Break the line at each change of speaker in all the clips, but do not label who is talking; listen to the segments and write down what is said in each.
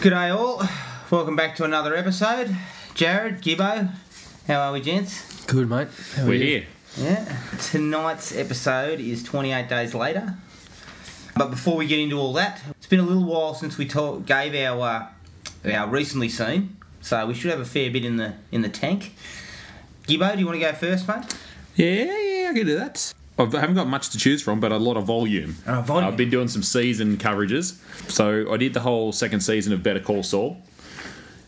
G'day all. Welcome back to another episode. Jared, Gibbo, how are we, gents?
Good, mate. How are
We're
you?
here.
Yeah. Tonight's episode is 28 days later. But before we get into all that, it's been a little while since we talk, gave our uh, our recently seen, so we should have a fair bit in the in the tank. Gibbo, do you want to go first, mate?
Yeah, yeah, I can do that. I've- I haven't got much to choose from, but a lot of volume.
Oh, volume.
I've been doing some season coverages. So I did the whole second season of Better Call Saul.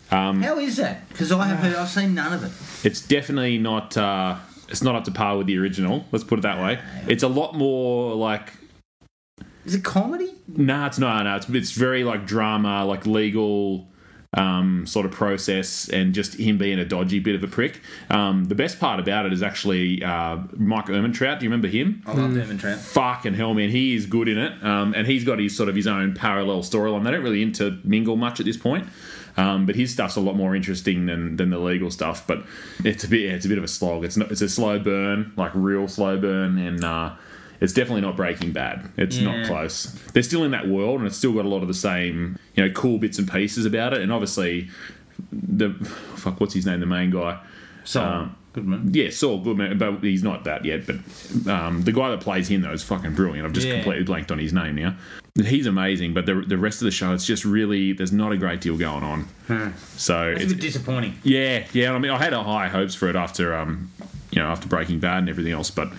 How is that? Because I have heard, I've seen none of it.
It's definitely not. Uh, it's not up to par with the original. Let's put it that way. It's a lot more like.
Is it comedy?
Nah, it's not. Nah, it's, it's very like drama, like legal um, sort of process, and just him being a dodgy bit of a prick. Um, the best part about it is actually uh, Mike Ermintrout. Do you remember him?
I love Dermot Tramp.
fucking hell, man, he is good in it, um, and he's got his sort of his own parallel storyline. They don't really intermingle much at this point, um, but his stuff's a lot more interesting than than the legal stuff. But it's a bit, yeah, it's a bit of a slog. It's not, it's a slow burn, like real slow burn, and uh, it's definitely not Breaking Bad. It's
Yeah.
not close. They're still in that world, and it's still got a lot of the same, you know, cool bits and pieces about it. And obviously, the fuck, what's his name, the main guy.
So, Um, good man.
Yeah, Saul Goodman, but he's not that yet. But um, the guy that plays him though is fucking brilliant. I've just
Yeah.
completely blanked on his name now. He's amazing, but the the rest of the show, it's just really there's not a great deal going on. So
It's a
it's,
bit disappointing.
yeah, yeah. I mean, I had a high hopes for it after um, you know, after Breaking Bad and everything else, but.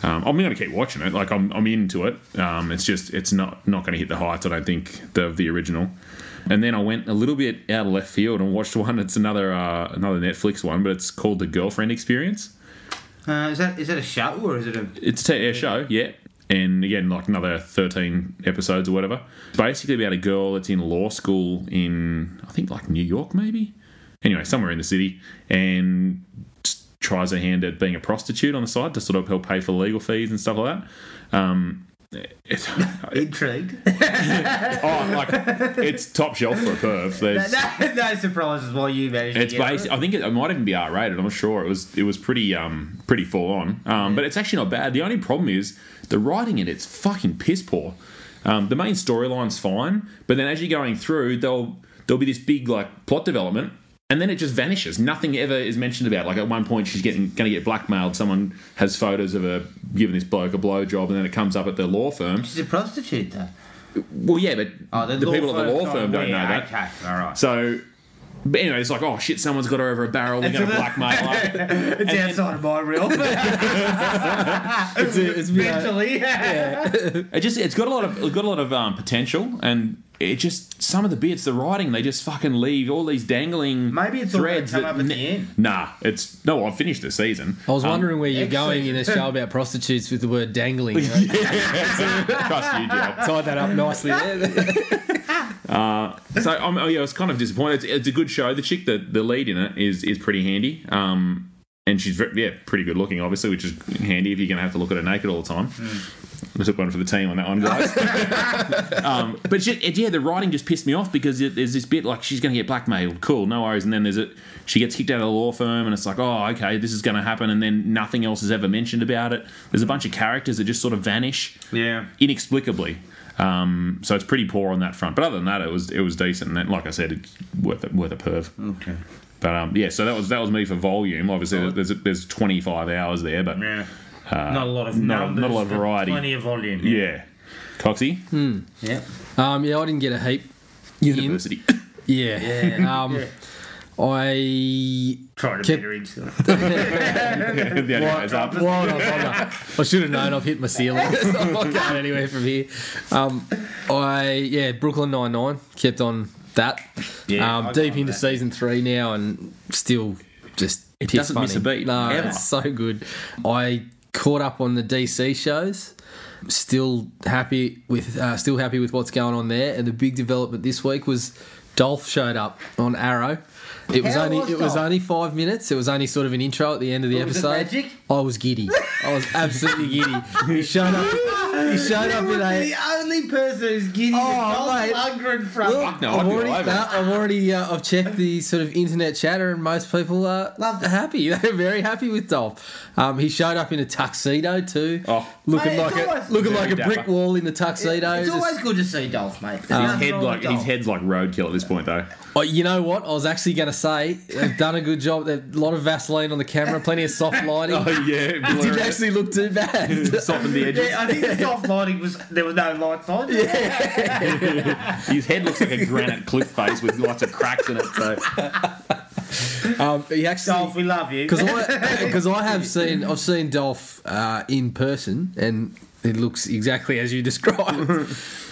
Um, I'm going to keep watching it. Like I'm, I'm into it. Um, it's just, it's not, not going to hit the heights. I don't think the, of the original. And then I went a little bit out of left field and watched one. It's another, uh, another Netflix one, but it's called The Girlfriend Experience.
Uh, is that is that a show or is it a
It's a air show, yeah. And again, like another 13 episodes or whatever. Basically, about a girl that's in law school in, I think, like New York, maybe? Anyway, somewhere in the city. And just tries her hand at being a prostitute on the side to sort of help pay for legal fees and stuff like that. Um, it's, oh,
intrigued?
like, it's top shelf for a perv. There's,
no, no surprises while you manage.
it's
to get
based. I think it, it might even be R rated. I'm sure it was. It was pretty um pretty full on. Um, but it's actually not bad. The only problem is the writing in it's fucking piss poor. Um, the main storyline's fine, but then as you're going through, they'll there'll be this big like plot development, and then it just vanishes. Nothing ever is mentioned about. it. Like at one point, she's getting going to get blackmailed. Someone has photos of her giving this bloke a blowjob, and then it comes up at the law firm.
She's a prostitute, though.
Well, yeah, but
Oh,
the, people at the law firm don't know that.
Okay, all right.
So, but anyway, it's like, oh shit, someone's got her over a barrel. They're going to blackmail her.
it's outside of my realm.
It's a, it's a bit like-
Mentally,
It just, it's got a lot of, it's got a lot of um, potential, and it just some of the bits, the writing, they just fucking leave all these dangling.
Maybe it's all gonna
threads
come
that
up at
ne-
the end.
Nah, it's no. I finished the season.
I was wondering where you're
excellent.
going in a show about prostitutes with the word dangling. You know?
Trust you, Joe.
Tied that up nicely there.
so I'm, oh yeah, I was kind of disappointed. It's, it's a good show. The chick that the lead in it is is pretty handy. Um, and she's very, yeah, pretty good looking, obviously, which is handy if you're going to have to look at her naked all the time. I took one for the team on that one, guys. um, but she, it, yeah, the writing just pissed me off because it, there's this bit like she's going to get blackmailed. Cool, no worries. And then there's a she gets kicked out of the law firm, and it's like, oh, okay, this is going to happen. And then nothing else is ever mentioned about it. There's a bunch of characters that just sort of vanish
yeah.
inexplicably. Um, so it's pretty poor on that front. But other than that, it was it was decent. And like I said, it's worth a, worth a perv.
Okay.
But um, yeah, so that was that was me for volume. Obviously, there's there's 25 hours there, but
Yeah. not a lot of
Uh, not-
numbers,
not a lot of
but
variety.
Plenty of volume.
yeah, Coxie
Yeah.
um, yeah, I didn't get a heap.
University.
Yeah.
Yeah.
Um, I
Try to
Kept-
better each other.
Yeah, the only way is up.
Why would I bother? I should have known. I've hit my ceiling. I'm not going anywhere from here. Um, I yeah, Brooklyn Nine Nine kept on that.
Yeah,
um,
I
deep
got
into
that.
season three now, and still just it
doesn't miss a beat,
No,
ever.
it's so good. I caught up on the DC shows. Still happy with uh, still happy with what's going on there. And the big development this week was Dolph showed up on Arrow. It was
How
only
was
it was
Dolph?
only five minutes. It was only sort of an intro at the end of the
Was it
episode.
magic?
Oh, I was giddy. I was absolutely giddy. He showed up. He showed up in a.
the only person who's giddy oh,
Oh,
that
mate.
Dolph Lundgren from.
Well,
Fuck no, I'd
I've
be
already,
all over
nah, I've already, uh, I've checked the sort of internet chatter, and most people are
Loved it.
happy. They're very happy with Dolph. Um, he showed up in a tuxedo too,
Oh.
looking
Mate, it's
like a
always-
looking like a
Very
brick
dapper.
wall in the tuxedo.
it's
Just-
always good to see Dolph, mate. There's
His
nothing
head
wrong with
like his
Dolph.
head's like roadkill at this point though.
Oh, you know what? I was actually going to say they've done a good job. They've- A lot of Vaseline on the camera, plenty of soft lighting.
Oh,
Oh,
yeah,
it didn't actually look too bad.
softened the edges.
Yeah, I think the soft lighting was there was no lights on. Yeah.
His head looks like a granite cliff face with lots of cracks in it. So
Um, he actually
Dolph, we love you.
because I because I have seen I've seen Dolph uh, in person and it looks exactly as you described.
rough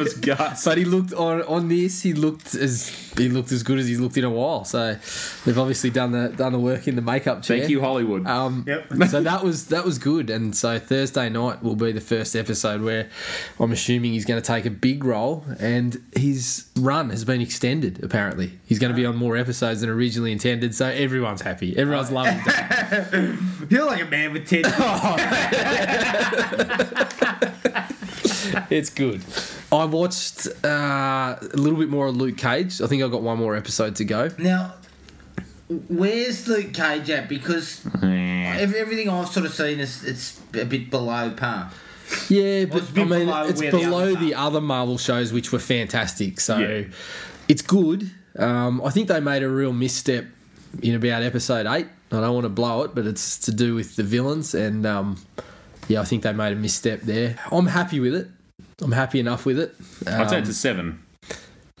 as guts.
but he looked on on this. He looked as he looked as good as he's looked in a while. So they've obviously done the done the work in the makeup chair.
Thank you, Hollywood.
Um,
Yep.
so that was that was good, and so Thursday night will be the first episode where I'm assuming he's going to take a big role, and his run has been extended. Apparently, he's going to be on more episodes than originally intended. So everyone's happy. Everyone's loving. Dave.
You're like a man with ten.
it's good. I watched uh, a little bit more of Luke Cage. I think I've got one more episode to go.
now, where's Luke Cage at? Because
Yeah.
ev- everything I've sort of seen is it's a bit below par.
Yeah,
Well, it's
but
a bit
I mean,
below
it's
where the
below
others
the other Marvel shows, which were fantastic. So
Yeah.
it's good. Um, I think they made a real misstep in about episode eight. I don't want to blow it, but it's to do with the villains, and um, yeah, I think they made a misstep there. I'm happy with it. I'm happy enough with it.
I'd say
Um,
it's a seven.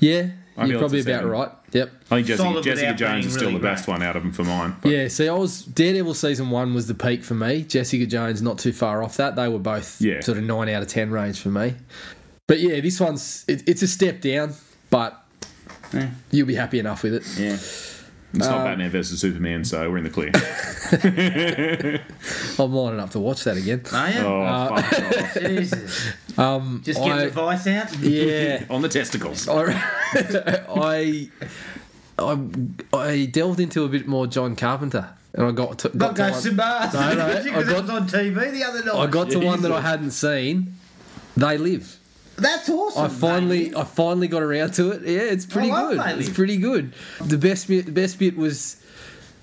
I'd
yeah,
be
you're
able to
probably
say
about
that.
right. Yep.
I think Jessica,
Solid
Jessica
without
Jones
being
is still
really
the best
great.
one out of them for mine. But
Yeah, see, I was Daredevil season one was the peak for me. Jessica Jones not too far off that. They were both
Yeah.
sort of nine out of ten range for me. But yeah, this one's it, it's a step down, but
Yeah.
you'll be happy enough with it.
Yeah.
It's not Batman versus Superman, so we're in the clear.
I'm lining up to watch that again.
Are you?
Oh,
Uh,
fuck off.
Jesus. Um, Just get
I-
the vice out.
Yeah,
On the testicles.
I, I I I delved into a bit more John Carpenter, and I got to,
Not
got to
go
one-
to bars.
No, no, I
Because
got-
it was on TV the other night.
I got to one that I
Jesus.
hadn't seen. They live.
That's awesome.
I finally,
mate.
I finally got around to it. Yeah, it's pretty
love
good.
Bailey.
It's pretty good. The best bit, the best bit was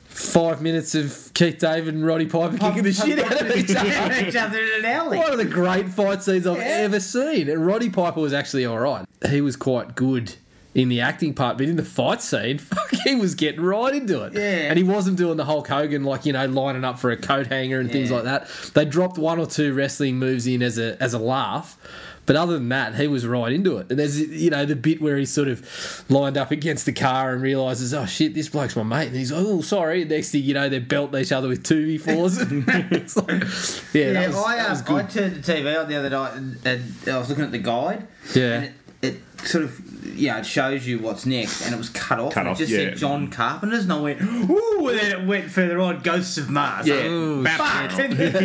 five minutes of Keith David and Roddy Piper kicking the shit out of each other.
each other in an alley.
One of the great fight scenes I've
Yeah.
ever seen. And Roddy Piper was actually all right. He was quite good in the acting part, but in the fight scene, fuck, he was getting right into it.
Yeah.
And he wasn't doing the Hulk Hogan, like, you know, lining up for a coat hanger and things
Yeah.
like that. They dropped one or two wrestling moves in as a as a laugh. But other than that, he was right into it. And there's, you know, the bit where he's sort of lined up against the car and realizes, oh shit, this bloke's my mate. And he's like, oh, sorry. And next thing you know, they're belting each other with 2v4s. It's like- yeah,
Yeah,
that was,
I,
that
um,
was good.
I turned the TV on the other night and, and I was looking at the guide.
Yeah.
And it, it sort of, yeah, it shows you what's next and it was cut off.
Cut
and
off,
It just
yeah.
said John Carpenter's and I went, ooh, and then it went further on, Ghosts of Mars.
Yeah.
Ooh,
Fuck!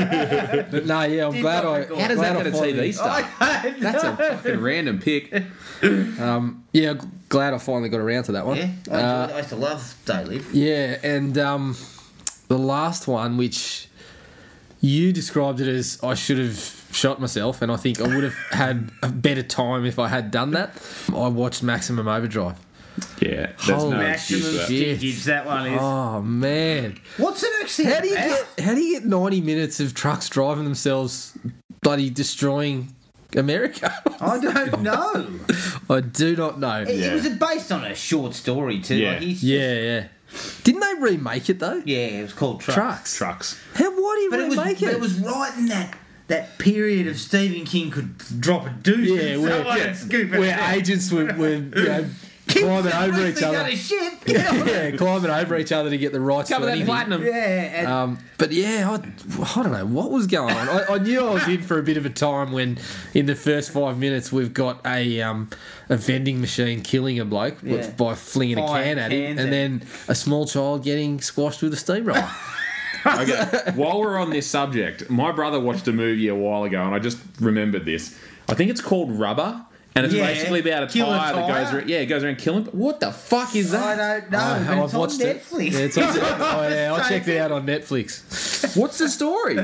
But no, yeah, I'm
Did
glad
not
I.
record.
How does
glad
that
I
get a
finally-
TV star?
I don't
That's a
know.
fucking random pick.
Um, yeah, g- glad I finally got around to that one.
Yeah, I, enjoyed it.
Uh,
I used to love Daily.
yeah, and um, the last one, which you described it as, I should have shot myself, and I think I would have had a better time if I had done that. I watched Maximum Overdrive.
Yeah, there's
Holy
no excuse
Maximum
for that.
shit.
Stingage, that one is.
Oh man,
What's it actually
how do you
about?
get how do you get 90 minutes of trucks driving themselves, bloody destroying America?
I don't know.
I do not know.
It, it
Yeah.
was based on a short story too.
Yeah.
Like he's,
Yeah, yeah. Didn't they remake it though?
yeah, it was called Truck.
Trucks.
Trucks.
How, why do you
But it was,
remake
but it was right in that that period of Stephen King could drop a deuce.
Yeah,
and
where,
someone would scoop it
where
out.
agents were, were you know,
Keep
climbing
the
over each
wrestling out
other.
of shit. Yeah,
Yeah, climbing over each other to get the rights to anything.
yeah and
Um, but yeah, I, I don't know what was going on. I, I knew I was in for a bit of a time when, in the first five minutes, we've got a um, a vending machine killing a bloke with-
Yeah.
by flinging a
Firing
can at him,
cans
and
at
then a small child getting squashed with a steamroller.
Okay. While we're on this subject, my brother watched a movie a while ago, and I just remembered this. I think it's called Rubber, And it's
Yeah.
basically about a
Kill a
tire, that
tire?
goes around, yeah, it goes around killing. What the fuck is
I don't
that?
know.
Oh,
but it's on Netflix.
it. Yeah, it's on, oh yeah, I
So
checked it
good.
out on Netflix.
What's the story?
Oh,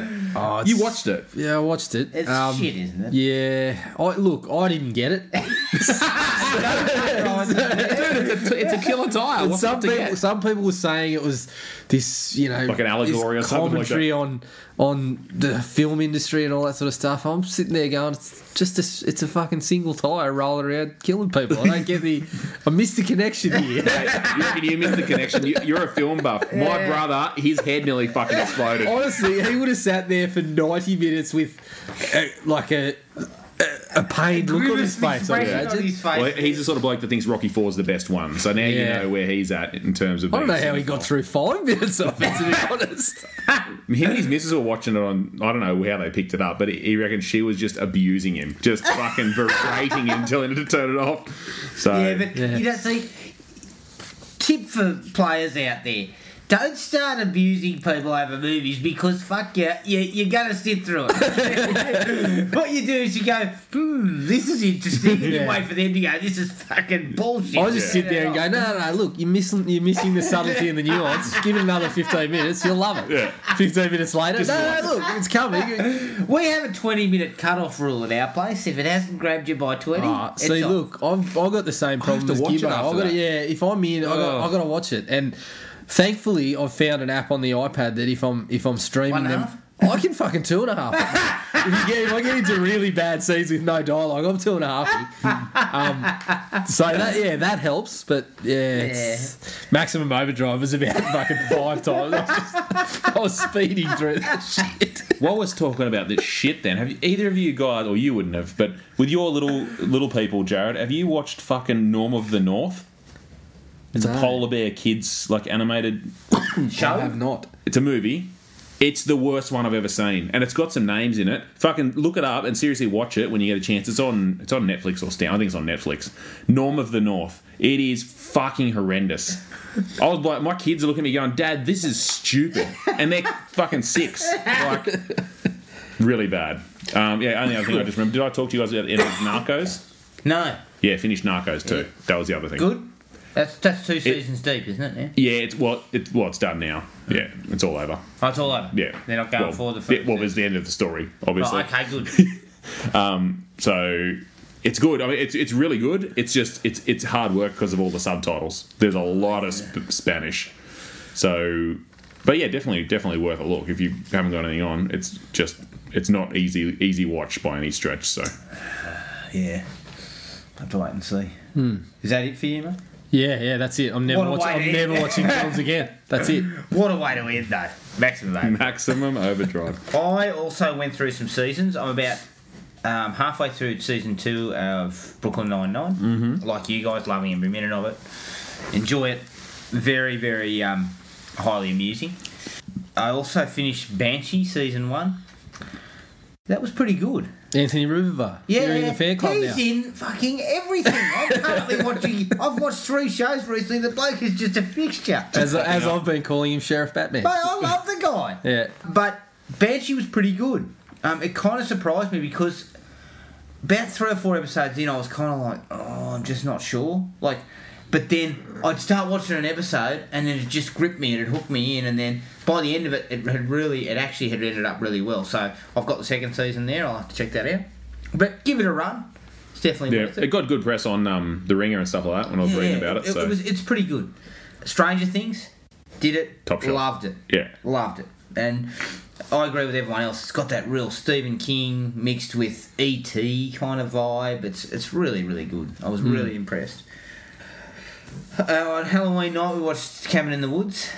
it's-
You watched it.
Yeah, I watched it.
It's
Um,
shit, isn't it?
Yeah, I look, I didn't get it.
It's a, it's a killer tire. What's
some
up to
people,
get?
some people were saying it was this, you know,
Like an allegory
this
or something like
commentary on on the film industry and all that sort of stuff. I'm sitting there going, it's just a, it's a fucking single tire rolling around killing people. I don't get the, I missed the connection
you
here.
reckon you missed the connection? You, you're a film buff. My brother, his head nearly fucking exploded.
Honestly, he would have sat there for 90 minutes with uh, like a a, a pained look on
Grimace
his face. I
expression on
imagine.
his face.
Well, he's the sort of bloke that thinks Rocky Four's the best one. So now
Yeah.
you know where he's at in terms of.
I don't know
being
how he got through five minutes of it, to be honest.
Him and his missus were watching it on. I don't know how they picked it up, but he he reckons she was just abusing him, just fucking berating him, telling him to turn it off. So
Yeah, but
Yeah.
you don't see. Tip for players out there: don't start abusing people over movies because fuck you, you you're gonna sit through it. what you do is you go, hmm, this is interesting, and
Yeah.
you wait for them to go, this is fucking bullshit.
I will just sit there and go, no, no, no, look, you're missing, you're missing the subtlety and the nuance. Give it another 15 minutes, you'll love it.
Yeah.
15 minutes later, no, no, look, it's coming.
We have a twenty minute cutoff rule at our place. If it hasn't grabbed you by twenty,
Ah,
it's
see,
off.
look, I've, I've got the same problem
to
as
watch it
Gibbo. I've
after
got to,
that.
yeah, if I'm in, I've got,
Ugh.
I've got to watch it. And thankfully, I've found an app on the iPad that if I'm if I'm streaming
One and a
them, I can fucking two and a half. if, you get, if I get into really bad scenes with no dialogue, I'm two and a half. um, so that yeah, that helps. But yeah, it's- maximum overdrive was about fucking five times. I was, just- I was speeding through that shit.
While we're talking about this shit, then have you, either of you guys, or you wouldn't have, but with your little little people, Jared, have you watched fucking Norm of the North? It's
No.
a polar bear kids like animated.
I have not.
It's a movie. It's the worst one I've ever seen, and it's got some names in it. Fucking look it up and seriously watch it when you get a chance. It's on. It's on Netflix or Stan. I think it's on Netflix. Norm of the North. It is fucking horrendous. I was like, my kids are looking at me going, "Dad, this is stupid," and they're fucking six. Like, really bad. Um, yeah, only other thing I just remember. Did I talk to you guys about the end of Narcos?
no,
Yeah, finished Narcos too. That was the other thing.
good. That's that's two seasons deep, isn't it? Yeah,
Yeah, it's well, it, well, it's done now. Yeah, it's all over.
oh, it's all over.
Yeah,
they're not going
well,
for the first.
yeah, well, there's the end of the story, obviously.
Right, okay, good.
So it's good. I mean, it's it's really good. It's just it's it's hard work because of all the subtitles. There's a lot of sp- Spanish. So, but yeah, definitely definitely worth a look if you haven't got anything on. It's just it's not easy easy watch by any stretch. So
Yeah. Have to wait and see. Is that it for you, mate?
Yeah, yeah, that's it.
What
I'm never
a
watching. I'm
way to
never
end.
watching films again. That's it.
What a way to end, though. Maximum, mate.
maximum overdrive.
I also went through some seasons. I'm about um, halfway through season two of Brooklyn Nine-Nine. Mm-hmm. Like you guys, loving every minute of it. Enjoy it. Very, very um, highly amusing. I also finished Banshee season one. That was pretty good.
Anthony River.
Yeah,
you're in the fan club now.
he's in fucking everything. I'm currently watching. I've watched three shows recently. The bloke is just a fixture.
As, as I've been calling him Sheriff Batman.
But I love the guy.
Yeah.
But Banshee was pretty good. Um, it kind of surprised me because about three or four episodes in, I was kind of like, oh, I'm just not sure. Like, but then I'd start watching an episode, and then it just gripped me and it hooked me in, and then by the end of it, it had really, it actually had ended up really well. So I've got the second season there. I'll have to check that out. But give it a run. It's definitely
Yeah,
worth
it got good press on um, the Ringer and stuff like that when I was reading about it.
it
so
was, it's pretty good. Stranger Things did it.
Top shelf.
loved it.
Yeah.
loved it. And I agree with everyone else. It's got that real Stephen King mixed with ET kind of vibe. It's it's really really good. I
Hmm.
was really impressed. Uh, on Halloween night, we watched Cabin in the Woods.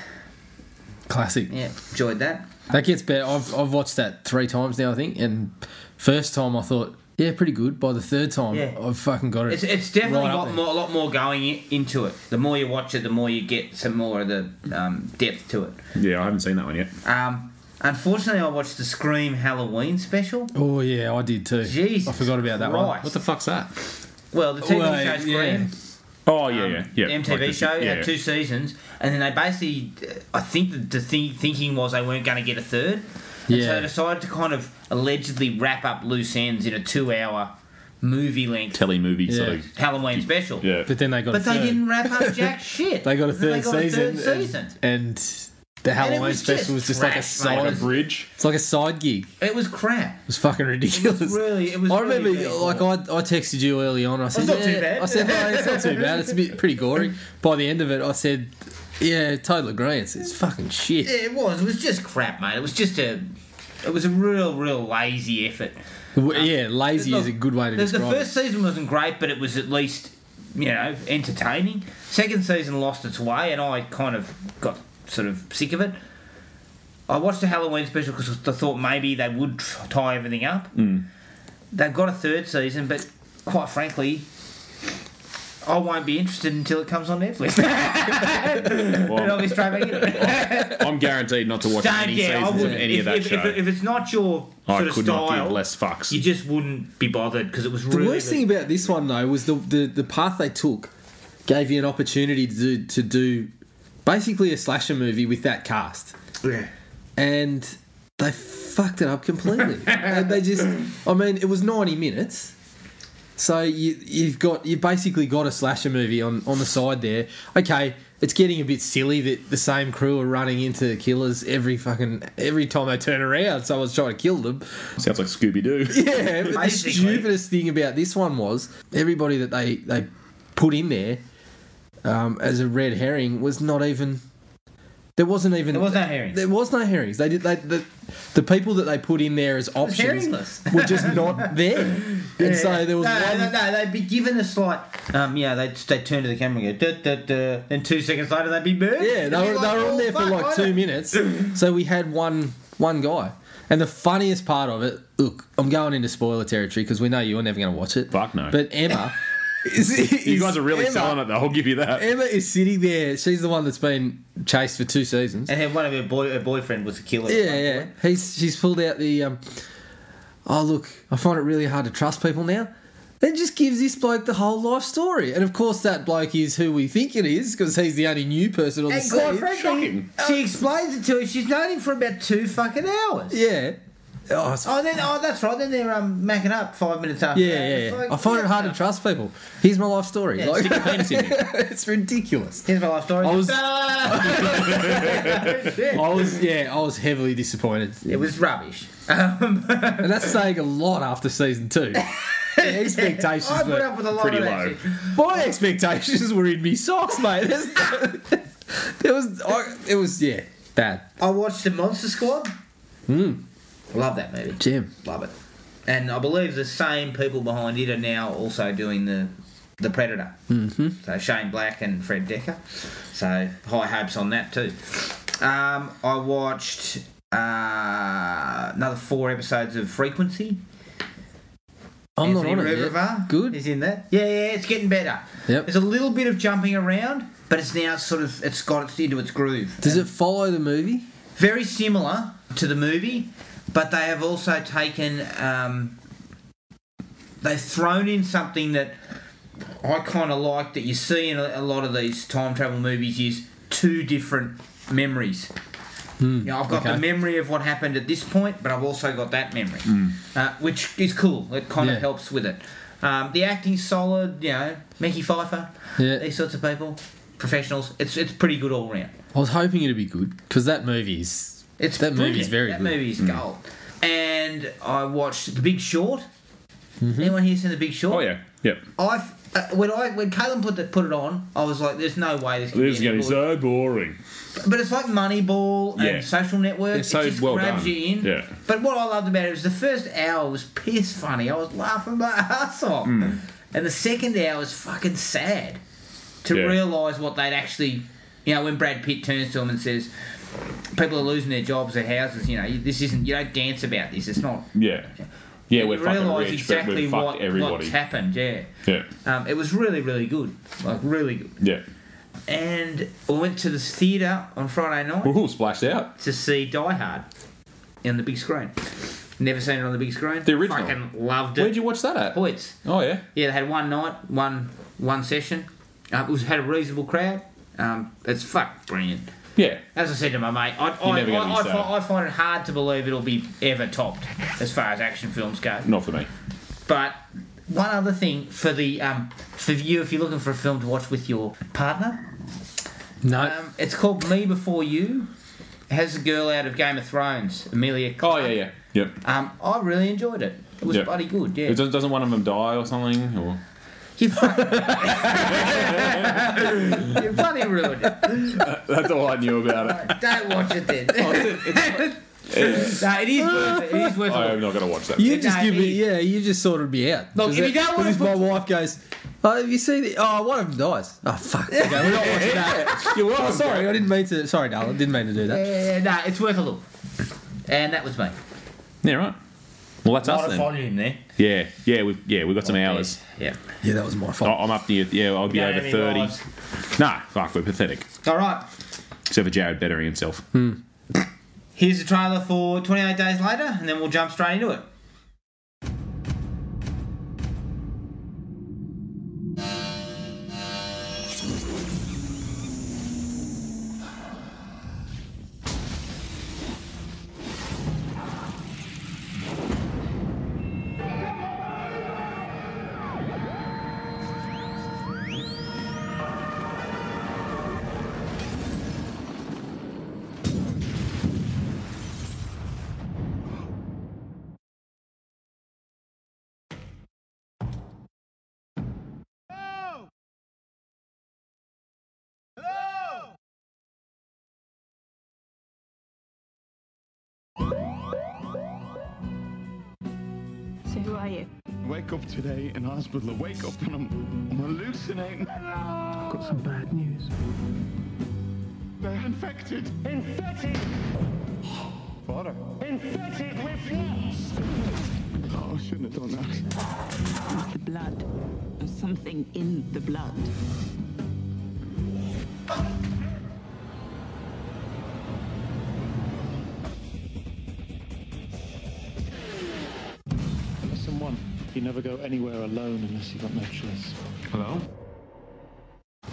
Classic.
Yeah, enjoyed that.
That gets better. I've, I've watched that three times now, I think. And first time I thought, yeah, pretty good. By the third time,
Yeah.
I've fucking got it.
It's, it's definitely
right up
got
there.
more, a lot more going i- into it. The more you watch it, the more you get some more of the um, depth to it.
yeah, I haven't seen that one yet.
Um, unfortunately, I watched the Scream Halloween special.
Oh, yeah, I did too.
Jesus
I forgot about that one.
Christ.
What the fuck's that?
Well, the TV
Well,
show
yeah.
Scream,
Oh yeah,
um,
yeah, yeah.
the
Like
MTV
this-
show,
yeah.
had two seasons, and then they basically, uh, I think the, the thi- thinking was they weren't going to get a third, and so
Yeah.
they decided to kind of allegedly wrap up loose ends in a two-hour movie length
telly movie sort
Yeah.
of.
Halloween special.
Yeah.
But then they got a
But they
third.
didn't wrap up jack shit.
They got a third
they got
season.
A third
and-
season.
And, the Halloween
was
special
just
was just like a
trash, mate.
side.
Like
a bridge.
it's like a side gig. It
It was crap.
was fucking ridiculous.
Really, it was.
I
really
remember,
bad.
like, I, I texted you early on. I said,
not too
"Yeah."
bad.
I said, no, it's not too bad. It's a bit pretty gory. By the end of it, I said, yeah, total agreement. It's fucking shit.
Yeah, it was. It was just crap, mate. It was just a. It was a real, real lazy effort.
W- Yeah, lazy
Look,
is a good way to
The, the
describe
first season wasn't great, but it was at least, you know, entertaining. Second season lost its way, and I kind of got sort of sick of it. I watched the Halloween special because I thought maybe they would tr- tie everything up.
Hmm.
They've got a third season, but quite frankly, I won't be interested until it comes on Netflix. and I'll
Well,
be straight back in it.
I'm guaranteed not to watch
Don't
any
care. I
seasons of
wouldn't.
any
if,
of that
if,
show.
If, if it's not your
I
sort of
could
style,
not give less fucks.
you just wouldn't be bothered because it was
it.
really
The worst thing about this one, though, was the, the, the path they took gave you an opportunity to do, to do basically a slasher movie with that cast.
Yeah.
and they fucked it up completely. they, they just, I mean, it was ninety minutes, so you you've got you basically got a slasher movie on on the side there. Okay, it's getting a bit silly that the same crew are running into killers every fucking every time they turn around. Someone's trying to kill them.
Sounds like Scooby Doo.
Yeah, but the
Basically.
stupidest thing about this one was everybody that they they put in there um, as a red herring was not even. There wasn't even.
There was no herring.
There was no herrings. They did. They, the, the people that they put in there as options
herringless.
were just not there, and so there was
no,
one.
no, no, they'd be given a slight. Um, yeah, they'd, they'd turn to the camera and go, duh, duh, duh. Then two seconds later, they'd be moved.
Yeah, they
It'd be
were,
like,
they were
oh,
on there for
fuck, I
like two
don't-
minutes. So we had one one guy, and the funniest part of it. Look, I'm going into spoiler territory because we know you're never going to watch it.
Fuck no.
But Emma, is,
You guys are really selling it, though. I'll give you that.
Emma is sitting there. She's the one that's been chased for two seasons.
And her, one of her, boy, her boyfriend was a killer.
Yeah, yeah. He's she's pulled out the. Um, oh look, I find it really hard to trust people now. Then just gives this bloke the whole life story, and of course that bloke is who we think it is because he's the only new person on the
And quite
scene.
frankly,
Shocking.
she explains it to us. She's known him for about two fucking hours.
Yeah. Oh, it's-
Oh, then oh, that's right. Then they're um, macking up five minutes after.
yeah,
that.
yeah,
It's
yeah.
like,
I find it hard to trust people. Here's my life story.
Yeah,
Like-
stick your penis in me.
it's ridiculous.
Here's my life story.
I was-
Shit.
I was yeah, I was heavily disappointed.
it was rubbish. Um,
And that's saying a lot after season two. The expectations
I put
were
up with a lot
pretty
of
low.
that. shit.
my expectations were in me socks, mate. There's- It was I, it was yeah bad.
I watched the Monster Squad. Love that movie.
Hmm. Jim,
Love it. And I believe the same people behind it are now also doing the the Predator. Mm-hmm. So Shane Black and Fred Decker. So high hopes on that too. Um, I watched uh, another four episodes of Frequency.
I'm
Anthony
not on it.
Revivar
Yet. Good.
Is in that? Yeah, yeah. It's getting better.
Yep.
There's a little bit of jumping around, but it's now sort of it's got it's into its groove.
Does it follow the movie?
very similar to the movie, but they have also taken um, they've thrown in something that I kind of like that you see in a, a lot of these time travel movies is two different memories. you know, I've got the
Hmm, okay.
memory of what happened at this point, but I've also got that memory, uh, which is cool. It kind of
Hmm. Yeah.
helps with it. Um, the acting's solid, you know, Mickey Pfeiffer,
Yeah.
these sorts of people, professionals. It's it's pretty good all round.
I was hoping it'd be good because that movie's
It's
that movie's
brilliant.
very
that
good.
movie's gold. And I watched The Big Short. Anyone here seen The Big Short?
Oh yeah, yep.
I uh, when I when Caitlin put the, put it on, I was like, "There's no way this can
This is
be."
going
any
to be
good.
so boring.
But it's like Moneyball and
Yeah.
Social Network.
It's so
it just
well
grabs
done.
you in.
Yeah.
But what I loved about it was the first hour was piss funny. I was laughing my ass off,
Hmm.
and the second hour was fucking sad to
Yeah.
realise what they'd actually, you know, when Brad Pitt turns to him and says, "People are losing their jobs, their houses. You know, you- this isn't. You don't dance about this. It's not."
Yeah, yeah. We're
You
fucking
realise
rich,
exactly
but we fucked
what what's
everybody.
happened. Yeah.
Yeah,
Um, it was really, really good. Like really good.
yeah.
And I went to the theatre on Friday night
Ooh, splashed out.
to see Die Hard on the big screen. Never seen it on the big screen.
The original.
Fucking loved it.
Where'd you watch that at?
Points.
Oh yeah.
Yeah, they had one night, one one session. Um, it was had a reasonable crowd. Um, it's fuck brilliant.
Yeah.
As I said to my mate, I,
You're
I, I,
never gonna
I,
be
fi-
sad.
I find it hard to believe it'll be ever topped as far as action films go.
Not for me.
But one other thing for the um, for you if you're looking for a film to watch with your partner,
No.
um, it's called Me Before You. It has a girl out of Game of Thrones, Amelia.
Oh
Clarke.
yeah, yeah, yep.
Um, I really enjoyed it. It was
Yeah.
bloody good. Yeah.
It doesn't, doesn't one of them die or something? Or
You fucking you bloody ruined it.
that's all I knew about it.
Don't watch it then.
Oh,
no, it is worth it. It is worth
I
it.
am not going to watch that.
You just
No,
give me,
he-
yeah. You just sorted me out.
Look,
Is
if you
that-
don't wanna
because my wife goes, "Oh, have you seen it? Oh, one of them dies. Oh, fuck. Okay, we're not watching that. You're welcome. sorry, I didn't mean to. Sorry, darling, didn't mean to do that.
Yeah, no, it's worth a look. And that was me.
Yeah, right. Well, that's us then.
volume there.
Yeah, yeah, we've yeah we've got some hours.
Yeah.
Yeah, that was my
I-
fault.
I'm up near yeah. I'll be
Don't
over
have any
thirty.
lives.
Nah, fuck, we're pathetic.
All right.
Except for Jared bettering himself.
Hmm.
Here's the trailer for 28 Days Later, and then we'll jump straight into it.
So who are you?
Wake up today in hospital. Wake up and I'm, I'm hallucinating. I've got some bad news. They're infected.
Infected,
Father.
infected with nuts.
Oh, I shouldn't have done that.
It's the blood. There's something in the blood.
Lesson one, you never go anywhere alone unless you've got no choice.
Hello?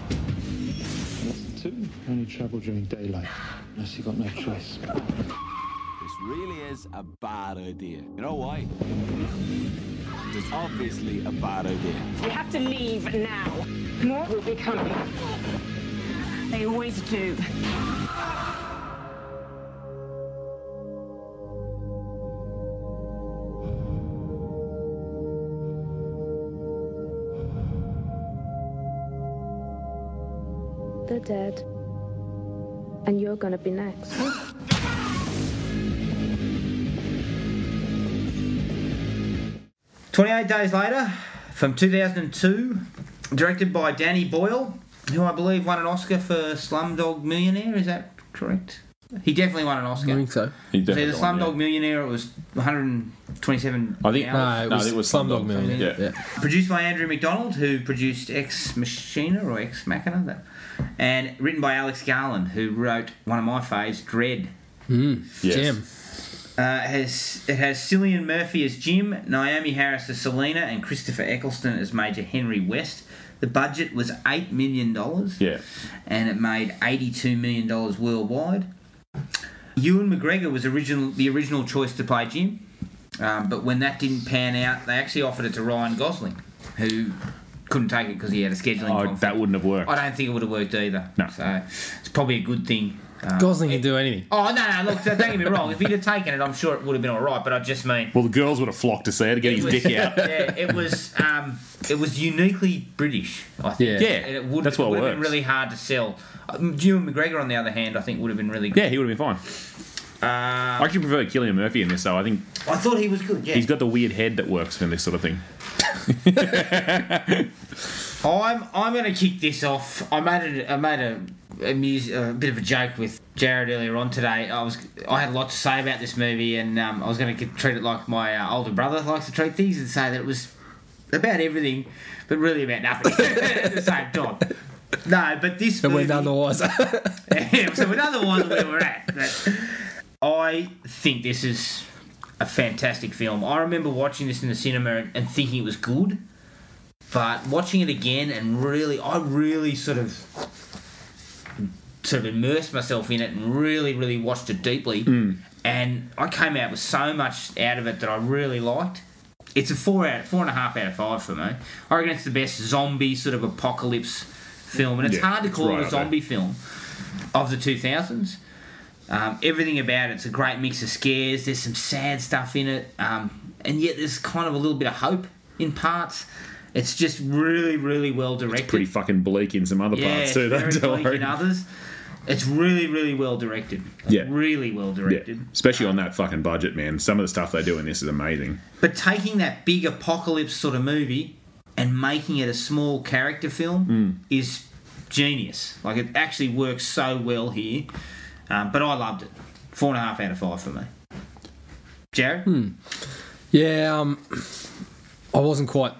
Lesson two, only travel during daylight unless you've got no choice.
This really is a bad idea. You know why? It's obviously a bad idea.
We have to leave now. More will be coming. They always do.
They're dead. And you're gonna be next.
Twenty Eight Days Later, from 2002, directed by Danny Boyle, who I believe won an Oscar for Slumdog Millionaire. Is that correct? He definitely won an
I
Oscar.
think so.
He
It was
definitely
either
gone,
Slumdog Millionaire. It was 127.
I think-
hours.
No, it was Slumdog
Millionaire.
Millionaire.
Yeah.
Produced by Andrew McDonald, who produced Ex Machina or Ex Machina, that, and written by Alex Garland, who wrote one of my faves, Dread.
yeah. Yes.
Jim.
Uh, it has it has Cillian Murphy as Jim, Naomi Harris as Selena, and Christopher Eccleston as Major Henry West. The budget was eight million dollars,
Yeah.
and it made eighty-two million dollars worldwide. Ewan McGregor was original the original choice to play Jim, um, but when that didn't pan out, they actually offered it to Ryan Gosling, who couldn't take it because he had a scheduling
Oh,
conflict.
that wouldn't have worked.
I don't think it would have worked either.
No.
so it's probably a good thing. Um,
Gosling can do anything.
Oh no, no! Look, don't get me wrong. If he'd have taken it, I'm sure it would have been all right. But I just mean,
Well, the girls would have flocked to see her to get
it
his
was,
dick out.
yeah, it was, um, it was uniquely British. I think.
Yeah.
Yeah,
and it would,
that's
it
what
would have
works.
been really hard to sell. Um, Ewan McGregor, on the other hand, I think would have been really good.
Yeah, he would have been fine. I actually prefer Killian Murphy in this, though. I think
I thought he was good. Yeah,
he's got the weird head that works for this sort of thing.
I'm I'm gonna kick this off. I made a, I made a, a, muse, a bit of a joke with Jared earlier on today. I was I had a lot to say about this movie, and um, I was gonna get, treat it like my uh, older brother likes to treat things, and say that it was about everything, but really about nothing at the same time. No, but this
And we're
movie,
none the wiser.
so another one where we're at. But I think this is a fantastic film. I remember watching this in the cinema and, and thinking it was good, but watching it again and really, I really sort of sort of immersed myself in it and really, really
Hmm.
watched it deeply. And I came out with so much out of it that I really liked. It's a four out, four and a half out of five for me. I reckon it's the best zombie sort of apocalypse film, and it's
Yeah,
hard to
it's
call
right
it a
up there.
zombie film of the two thousands. Um, everything about it's a great mix of scares. There's some sad stuff in it, um, and yet there's kind of a little bit of hope in parts. It's just really, really well directed
Pretty fucking bleak in some other parts too. That
it's very
don't
bleak in
worry.
others. It's really, really well directed. Like,
Yeah.
Really well
Yeah,
directed.
especially on that fucking budget, man. Some of the stuff they do in this is amazing.
But taking that big apocalypse sort of movie and making it a small character film is genius. Like, it actually works so well here. Um, but I loved it. Four and a half out of five for me. Jared?
Yeah, um, I wasn't quite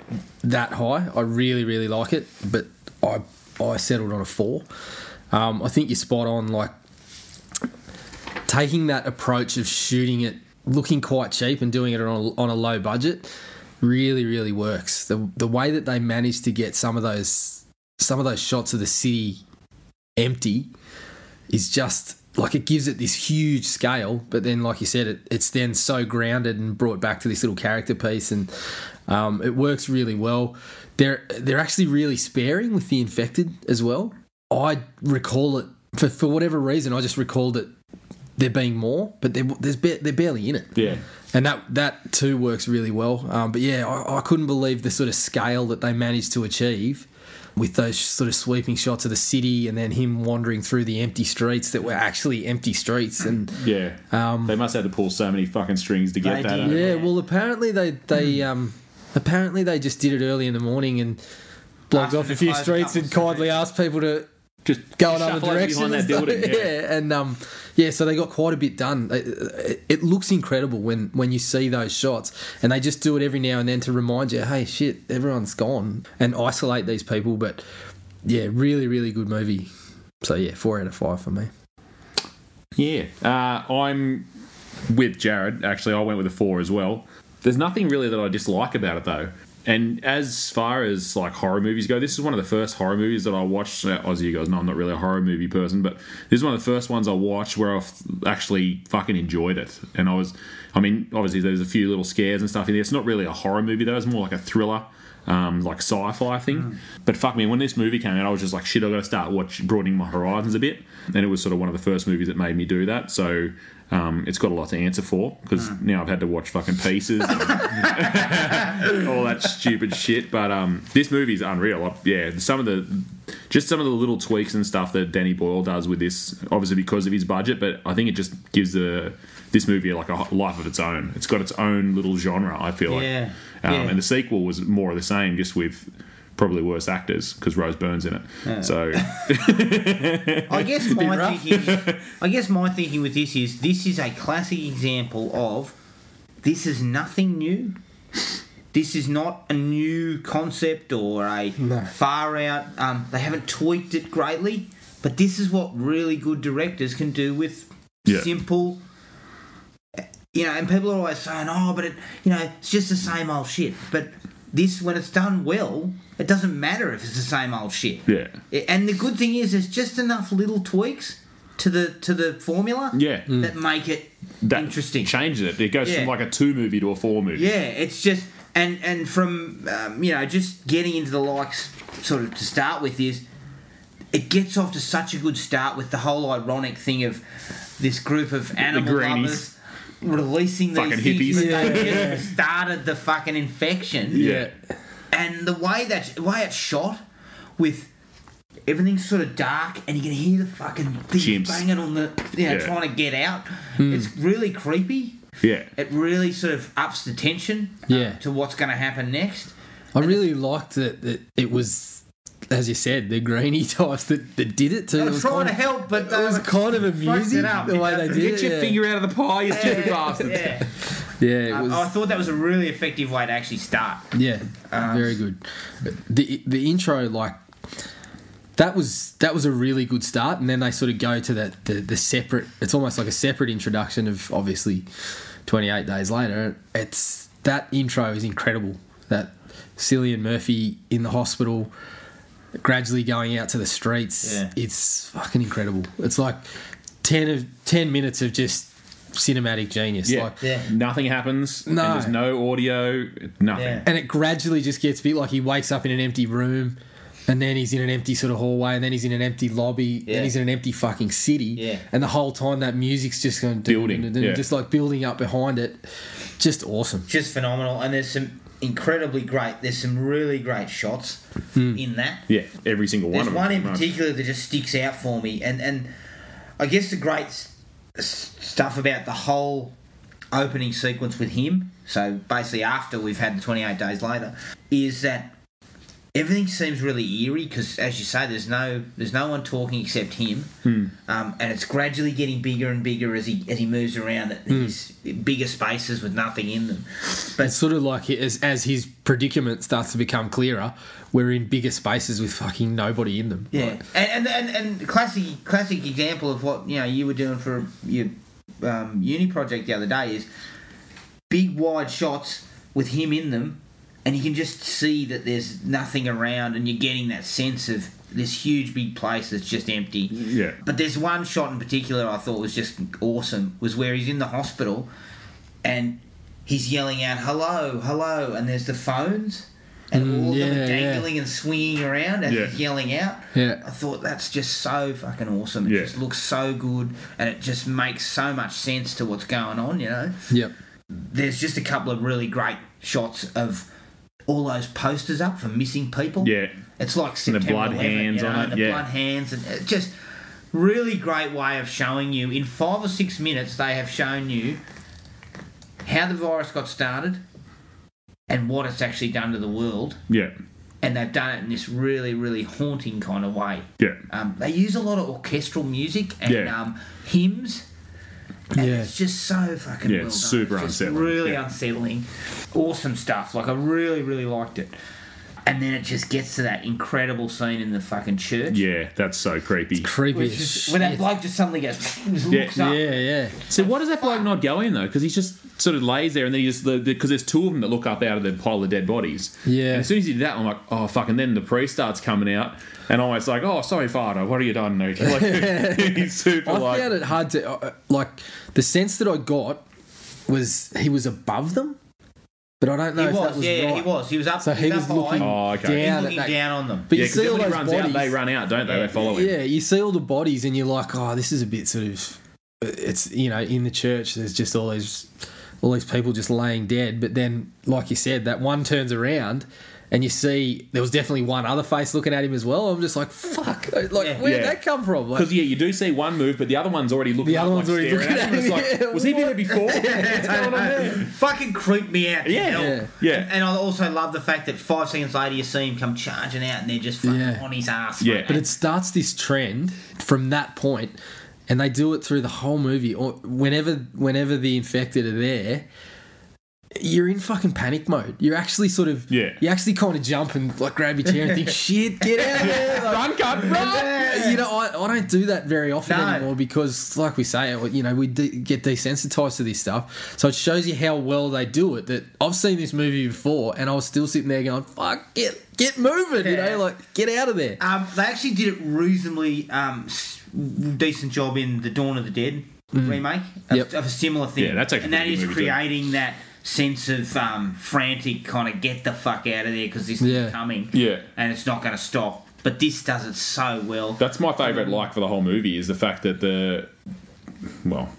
that high. I really, really like it, but I I settled on a four. Um, I think you're spot on. Like taking that approach of shooting it, looking quite cheap, and doing it on a, on a low budget, really, really works. The the way that they managed to get some of those some of those shots of the city empty is just like it gives it this huge scale, but then like you said, it, it's then so grounded and brought back to this little character piece, and um, it works really well. They're they're actually really sparing with the infected as well. I recall it for for whatever reason. I just recalled it there being more, but there, there's ba- they're barely in it.
Yeah.
And that that too works really well. Um, but yeah, I, I couldn't believe the sort of scale that they managed to achieve with those sort of sweeping shots of the city and then him wandering through the empty streets that were actually empty streets. And
Yeah, they must have to pull so many fucking strings to
They
get that.
did.
out of it.
yeah, well, apparently they they
Hmm.
um, apparently they just did it early in the morning and blocked
Asked
off
them to
a few
close a
streets
couple
and
of
kindly asked people to
Just
go
shuffle
another
over
direction.
behind that
and stuff.
building. Yeah.
and um, yeah, so they got quite a bit done. It, it, it looks incredible when when you see those shots, and they just do it every now and then to remind you, hey, shit, everyone's gone, and isolate these people. But yeah, really, really good movie. So yeah, four out of five for me.
Yeah, uh, I'm with Jared. Actually, I went with a four as well. There's nothing really that I dislike about it though. And as far as like horror movies go, this is one of the first horror movies that I watched. Uh, Ozzy goes, "No, I'm not really a horror movie person," but this is one of the first ones I watched where I f- actually fucking enjoyed it. And I was, I mean, obviously there's a few little scares and stuff in there. It's not really a horror movie though; it's more like a thriller, um, like sci-fi thing. But fuck me, when this movie came out, I was just like, shit, I got to start watch broadening my horizons a bit. And it was sort of one of the first movies that made me do that. So. Um, it's got a lot to answer for because now I've had to watch fucking pieces. and- all that stupid shit. But um, this movie's unreal. I, yeah, some of the just some of the little tweaks and stuff that Danny Boyle does with this, obviously because of his budget, but I think it just gives the this movie like a life of its own. It's got its own little genre. I feel
Yeah,
like, um,
yeah.
and the sequel was more of the same, just with probably worse actors because Rose Byrne's in it. So
I guess my thinking, I guess my thinking with this is this is a classic example of this is nothing new. This is not a new concept or a far out. Um, they haven't tweaked it greatly, but this is what really good directors can do with
Yeah.
simple. You know, and people are always saying, "Oh, but it, you know, it's just the same old shit." But this, when it's done well, it doesn't matter if it's the same old shit.
yeah,
And the good thing is, there's just enough little tweaks to the to the formula
Yeah. Mm.
that make it interesting.
changes it. It goes from
Yeah.
like a two movie to a four movie.
Yeah, it's just and and from um, you know just getting into the likes sort of to start with is it gets off to such a good start with the whole ironic thing of this group of animal
greenies.
lovers releasing
Fucking
these
hippies.
things that they just started the fucking infection
yeah.
and the way that the way it's shot with everything's sort of dark and you can hear the fucking thing
Chimps.
banging on the you know,
Yeah.
trying to get out
Hmm.
it's really creepy
yeah.
it really sort of ups the tension uh,
Yeah.
to what's going to happen next
I really liked that, that it was, as you said, the greeny types that, that did it too.
i
It
was
was
trying
kind
to
of-
help but uh,
It was kind of amusing
up,
the
you
way
know.
they did it. yeah.
out of the pie, you stupid bastard.
yeah.
Yeah, it was.
I, I thought that was a really effective way to actually start
Yeah, very good. The the intro like that was that was a really good start, and then they sort of go to that the, the separate. It's almost like a separate introduction of obviously twenty eight days later. It's that intro is incredible. That Cillian Murphy in the hospital, gradually going out to the streets.
Yeah.
It's fucking incredible. It's like ten of ten minutes of just cinematic genius.
Yeah.
Like,
Yeah.
Nothing happens.
No.
And there's no audio. Nothing.
Yeah.
and it gradually just gets a bit like he wakes up in an empty room and then he's in an empty sort of hallway and then he's in an empty lobby
Yeah.
and he's in an empty fucking city
Yeah.
and the whole time that music's just going
Building,
dun- dun- dun-
yeah.
just like building up behind it just awesome
just phenomenal. And there's some incredibly great. There's some really great shots
Hmm.
in that.
Yeah, every single one
There's
of them.
one in
pretty much.
particular that just sticks out for me, and and I guess the great s- s- stuff about the whole opening sequence with him. So basically, after we've had the 28 days later, is that everything seems really eerie because, as you say, there's no there's no one talking except him, um, and it's gradually getting bigger and bigger as he as he moves around his bigger spaces with nothing in them. But
it's sort of like he- as, as his predicament starts to become clearer we're in bigger spaces with fucking nobody in them
Yeah,
Like,
and, and and and classic classic example of what you know you were doing for your um, uni project the other day is big wide shots with him in them, and you can just see that there's nothing around, and you're getting that sense of this huge big place that's just empty.
Yeah.
But there's one shot in particular I thought was just awesome was where he's in the hospital, and he's yelling out hello hello, and there's the phones. And all of them
yeah,
are
yeah.
dangling and swinging around as
Yeah.
he's yelling out.
Yeah.
I thought that's just so fucking awesome. It
Yeah.
just looks so good and it just makes so much sense to what's going on, you know?
yep
There's just a couple of really great shots of all those posters up for missing people.
Yeah.
It's like
And the
September
blood
11,
hands
you know,
on
and
it,
The
yeah.
blood hands and it just really great way of showing you in five or six minutes they have shown you how the virus got started and what it's actually done to the world
Yeah.
and they've done it in this really, really haunting kind of way.
Yeah.
Um, they use a lot of orchestral music and
Yeah.
um, hymns. And
Yeah.
it's just so fucking
Yeah,
well
it's
done.
super
just
unsettling,
Really
yeah.
unsettling. Awesome stuff. Like I really, really liked it. And then it just gets to that incredible scene in the fucking church.
Yeah. That's so creepy.
creepy
Which
as
is
shit.
when that bloke just suddenly goes looks
Yeah.
up.
yeah yeah
So why does that bloke not go in though? Because he just sort of lays there, and then he just because the, 'cause there's two of them that look up out of the pile of dead bodies.
Yeah.
And as soon as he did that, I'm like, oh fuck! And then the priest starts coming out, and I'm always like, oh sorry, father, what have you done? Like, he's super
I
like,
found it hard to uh, like the sense that I got was he was above them, but I don't know
He
if that
was,
was
yeah,
right.
he was. He was up.
So he
was
was
up high.
looking
Oh, okay.
He's
down
looking
at that.
down on them.
But
yeah.
you
Because
see all
when he
those
runs
bodies.
out, they run out, don't they?
Yeah.
They follow him.
yeah, you see all the bodies, and you're like, oh, this is a bit sort of. uh, It's you know in the church, there's just all these, all these people just laying dead. But then, like you said, that one turns around. And you see, there was definitely one other face looking at him as well. I'm just like, fuck! Like,
Yeah.
where'd
Yeah.
that come from? Like,
Because yeah, you do see one move, but the other one's already looking.
The other
up,
one's
like,
already
staring
looking
at him.
at
It's like,
him, yeah,
was he there
what?
before? What's going on there?
fucking creep me out. to
Yeah.
hell.
Yeah.
Yeah.
And, and I also love the fact that five seconds later you see him come charging out and they're just fucking
Yeah.
on his ass.
Yeah.
mate.
But it starts this trend from that point, and they do it through the whole movie. Or whenever, whenever the infected are there, you're in fucking panic mode. You're actually sort of,
Yeah.
You actually kind of jump and like grab your chair and think, "Shit, get out of there!" Like,
Run, cunt, run!
you know, I, I don't do that very often
No.
anymore because, like we say, you know, we de- get desensitized to this stuff. So it shows you how well they do it. That I've seen this movie before, and I was still sitting there going, "Fuck, get get moving!" You
Yeah.
know, like get out of there.
Um, they actually did it reasonably um, s- decent job in the Dawn of the Dead remake of,
Mm. Yep.
of a similar thing.
Yeah, that's actually
and that
a good
is
movie, too.
creating that sense of um, frantic kind of get the fuck out of there because this
Yeah.
is coming.
Yeah.
and it's not going to stop. But this does it so well.
That's my favourite like for the whole movie is the fact that the well,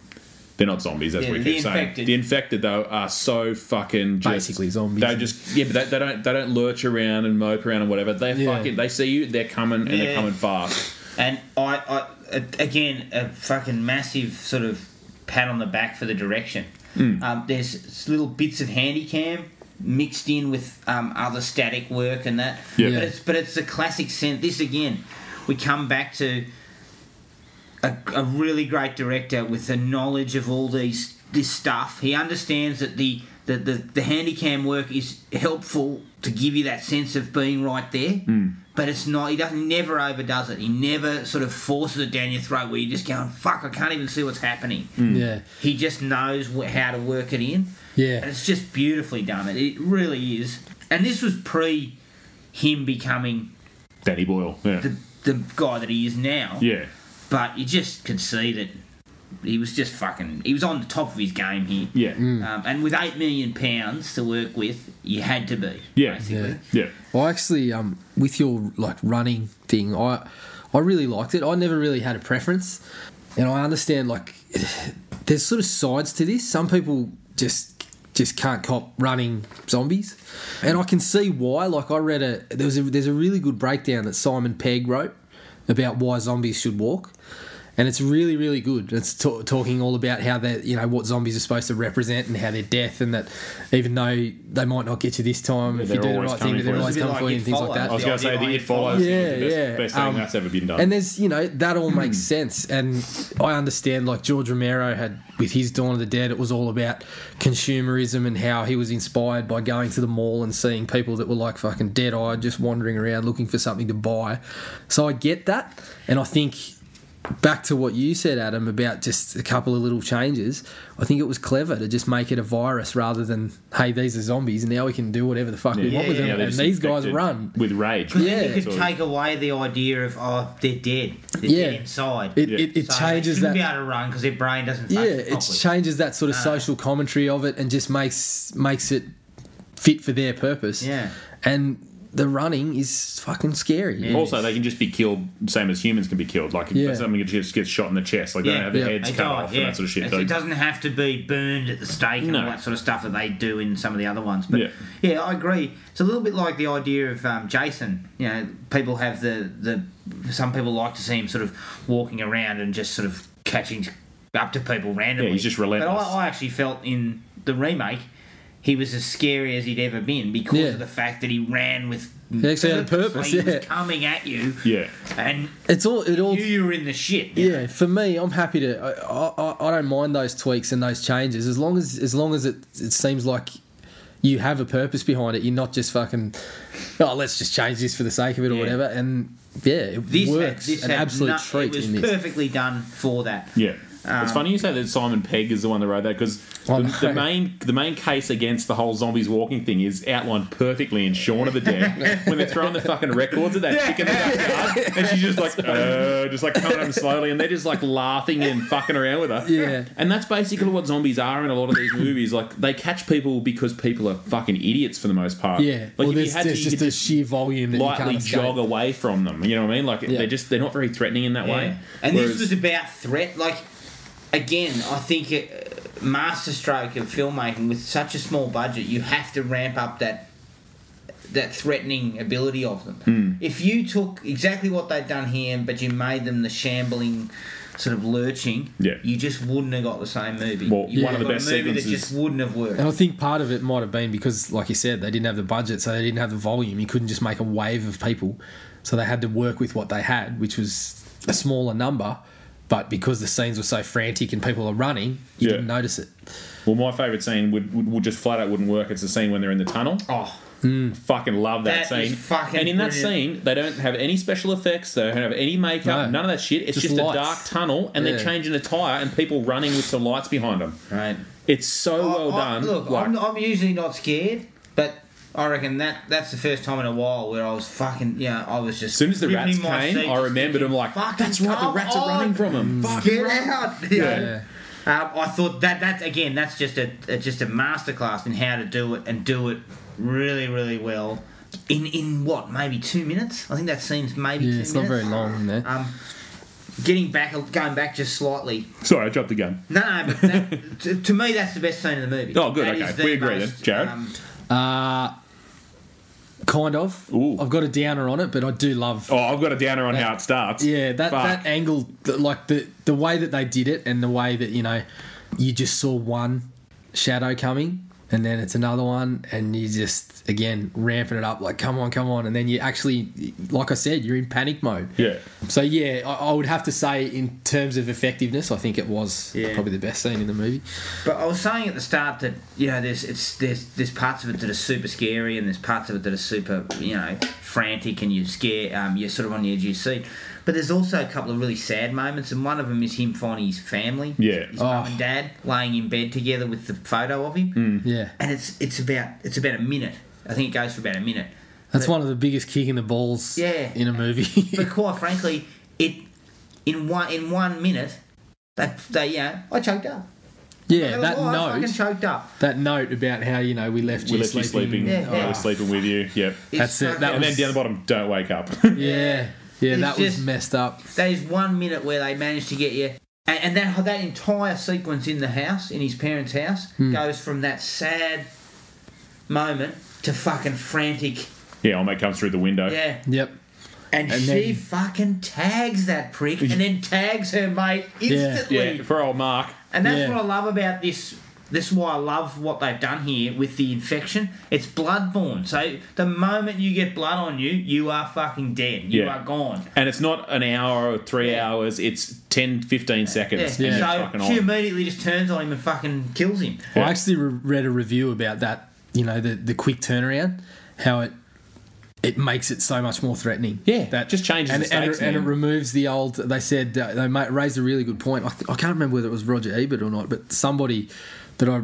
they're not zombies as
Yeah,
we
the
keep saying.
infected.
The infected though are so fucking just,
Basically zombies.
They just yeah, but they, they don't they don't lurch around and mope around and whatever. They
Yeah.
fucking they see you, they're coming and
Yeah.
they're coming fast.
And I, I a- again, a fucking massive sort of pat on the back for the direction. Um, there's s- little bits of handy cam mixed in with um, other static work and that.
Yeah.
But it's but it's the classic sense. This again, we come back to a, a really great director with the knowledge of all these this stuff. He understands that the the, the, the handycam work is helpful to give you that sense of being right there. But it's not. He doesn't never overdoes it. He never sort of forces it down your throat where you're just going, "Fuck, I can't even see what's happening."
Yeah.
He just knows wh- how to work it in.
Yeah.
And it's just beautifully done. It, it really is. And this was pre him becoming
Danny Boyle. Yeah.
the the guy that he is now
yeah.
but you just could see that he was just fucking. He was on the top of his game here.
Yeah.
Mm.
Um, and with eight million pounds to work with, you had to be.
Yeah.
Basically.
Yeah.
Well, actually, um, with your like running thing, I I really liked it. I never really had a preference, and I understand like there's sort of sides to this. Some people just just can't cop running zombies, and I can see why. Like I read a there was a, there's a really good breakdown that Simon Pegg wrote about why zombies should walk. And it's really, really good. It's ta talking all about how they, you know, what zombies are supposed to represent and how they're death, and that even though they might not get you this time, if you
they're
do the
always
right thing,
coming
they're
for you.
always
It's a bit
coming
like
for you and
It
things like that.
I was going to say the It Follows
Yeah,
is the best,
yeah.
best thing
Um,
that's ever been done.
And there's, you know, that all makes sense. And I understand, like, George Romero had, with his Dawn of the Dead, it was all about consumerism and how he was inspired by going to the mall and seeing people that were, like, fucking dead eyed, just wandering around looking for something to buy. So I get that. And I think back to what you said, Adam, about just a couple of little changes, I think it was clever to just make it a virus rather than, hey, these are zombies and now we can do whatever the fuck we want with them.
Yeah, they're
and
just
these guys
infected
run.
with rage.
Yeah.
You could
Sort of.
take away the idea of oh they're dead, they're
Yeah.
dead inside.
It,
Yeah.
it, it
So
changes
they
that.
shouldn't be able to run because their brain doesn't.
yeah,
function
it
properly.
changes that sort of social commentary of it and just makes makes it fit for their purpose.
Yeah.
and the running is fucking scary.
Also, they can just be killed, same as humans can be killed. Like
Yeah.
if something just gets shot in the chest, like they
Yeah.
don't have their
Yeah.
heads
They
cut
die,
off
yeah.
and that sort of shit.
It's-
They-
It doesn't have to be burned at the stake and
No.
all that sort of stuff that they do in some of the other ones. But
Yeah.
yeah, I agree. It's a little bit like the idea of um, Jason. You know, people have the the some people like to see him sort of walking around and just sort of catching up to people randomly.
Yeah, he's just relentless.
But I, I actually felt in the remake. He was as scary as he'd ever been because
Yeah.
of the fact that he ran with
He actually had a purpose,
He
yeah.
was coming at you,
yeah,
and
It's all it all.
you, you were in the shit. you know?
yeah, for me, I'm happy to. I, I, I don't mind those tweaks and those changes as long as as long as it it seems like you have a purpose behind it. You're not just fucking. Oh, let's just change this for the sake of it or
Yeah.
whatever. And yeah, it
This had-
works.
this
An
had
absolute
nut-
treat
It was
in this.
perfectly done for that.
yeah.
Um,
it's funny you say that Simon Pegg is the one that wrote that because
I
the, the
know.
main the main case against the whole zombies walking thing is outlined perfectly in Shaun of the Dead when they're throwing the fucking records at that chick in the backyard and she's just like uh, just like coming up slowly and they're just like laughing and fucking around with her
Yeah.
and that's basically what zombies are in a lot of these movies like they catch people because people are fucking idiots for the most part
Yeah,
like
well,
if you
there's,
had to you
there's just
could
a sheer volume that you
lightly
can't escape.
jog away from them. You know what I mean? Like
Yeah.
they're just they're not very threatening in that way.
And
Whereas-
this was about threat. Like, again, I think a masterstroke of filmmaking with such a small budget, you have to ramp up that that threatening ability of them.
Hmm.
If you took exactly what they'd done here, but you made them the shambling. Sort of lurching,
Yeah.
You just wouldn't have got the same movie.
Well,
You
one of
would've
the
got
best
a movie that
sequences- Oh.
just wouldn't have worked.
And I think part of it might have been because, like you said, they didn't have the budget, so they didn't have the volume. You couldn't just make a wave of people, so they had to work with what they had, which was a smaller number. But because the scenes were so frantic and people are running, you
Yeah.
didn't notice it.
well, my favorite scene would, would would just flat out wouldn't work. It's the scene when they're in the tunnel.
Oh,
Fucking love that,
That is
scene.
fucking
and in that
brilliant.
scene, they don't have any special effects. They don't have any makeup.
No.
None of that shit. It's
Just
just, a
lights.
dark tunnel, and
Yeah.
they're changing a tire, and people running with some lights behind them.
right.
It's so
I-
well
I-
done.
Oh, Look,
Like,
I'm, I'm usually not scared, but I reckon that that's the first time in a while where I was fucking. Yeah, I was just.
as soon as the rats
ripping my
came,
seat,
I
just
remembered them like,
"Fucking
that's right, the
come
rats
on."
are
Mm.
running from them. Fuck.
Get out! Yeah.
Yeah.
Um, I thought that that's again that's just a, a just a masterclass in how to do it and do it really really well. In in what maybe two minutes? I think that seems maybe.
Yeah,
two
it's not very
minutes.
long in there.
Um, getting back, going back just slightly.
Sorry, I dropped the gun.
No, no, but that, to, to me that's the best scene in the movie.
Oh, good,
That
okay.
is the um,
We agree then. Jared?
Uh, kind of.
Ooh.
I've got a downer on it, but I do love.
Oh, I've got a downer on how it starts.
Yeah, that
Fuck.
that angle, th- like the the way that they did it, and the way that you know, you just saw one shadow coming, and then it's another one, and you just again ramping it up, like come on, come on, and then you actually, like I said, you're in panic mode.
Yeah.
So yeah, I, I would have to say in terms of effectiveness, I think it was
Yeah.
probably the best scene in the movie.
But I was saying at the start that you know there's it's there's there's parts of it that are super scary and there's parts of it that are super you know frantic and you're scared um, you're sort of on the edge of your seat. But there's also a couple of really sad moments and one of them is him finding his family,
Yeah.
his mum
Oh.
and dad laying in bed together with the photo of him,
Hmm.
Yeah.
and it's it's about it's about a minute. I think it goes for about a minute.
That's
But-
one of the biggest kick in the balls
Yeah.
in a movie.
But quite frankly, it in one in one minute They, they, you know, I choked up.
Yeah,
Hell,
that
I fucking
note,
choked up.
that note about how you know we left
We
you
left you sleeping.
sleeping.
Yeah,
I
yeah.
was sleeping with you. Yep.
It's
That's it,
fucking-
that
And then down the bottom, don't wake up.
Yeah, yeah,
It's
that was
just-
messed up.
That is one minute where they managed to get you. And, and that that entire sequence in the house, in his parents' house,
Hmm.
goes from that sad moment to fucking frantic.
yeah, old mate comes through the window.
Yeah.
Yep.
And,
And
she
then-
fucking tags that prick and then tags her mate instantly.
Yeah, for old Mark.
And that's
Yeah.
what I love about this. This is why I love what they've done here with the infection. It's bloodborne. So the moment you get blood on you, you are fucking dead. You
Yeah.
are gone.
And it's not an hour or three
Yeah.
hours, it's 10, 15
Yeah.
seconds. And you're
So
fucking
she
on.
immediately just turns on him and fucking kills him.
I actually re- read a review about that. You know, the the quick turnaround, how it it makes it so much more threatening.
Yeah,
that
just changes
and
the
and,
stakes,
it- and it
man.
removes the old. They said uh, they ma- raised a really good point. I, th- I can't remember whether it was Roger Ebert or not, but somebody that I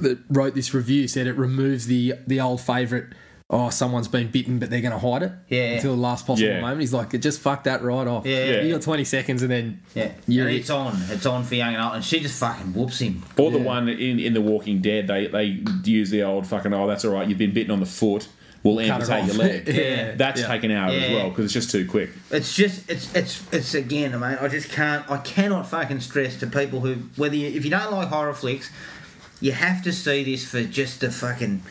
that wrote this review said it removes the the old favourite. Oh, someone's been bitten, but they're going to hide it
Yeah.
until the last possible
Yeah.
moment. He's like, "It just fucked that right off.
Yeah. Yeah.
you got twenty seconds, and then
Yeah,
you're
and
it.
it's on. It's on for young and old, and she just fucking whoops him.
Or the one in, in The Walking Dead, they, they use the old fucking, oh, that's all right, you've been bitten on the foot, we'll
Cut
amputate
it off."
your leg.
Yeah.
That's
Yeah.
taken out as
Yeah.
well because it's just too quick.
It's just, it's, it's, it's again, mate. I just can't, I cannot fucking stress to people who, whether you, if you don't like horror flicks, you have to see this for just the fucking,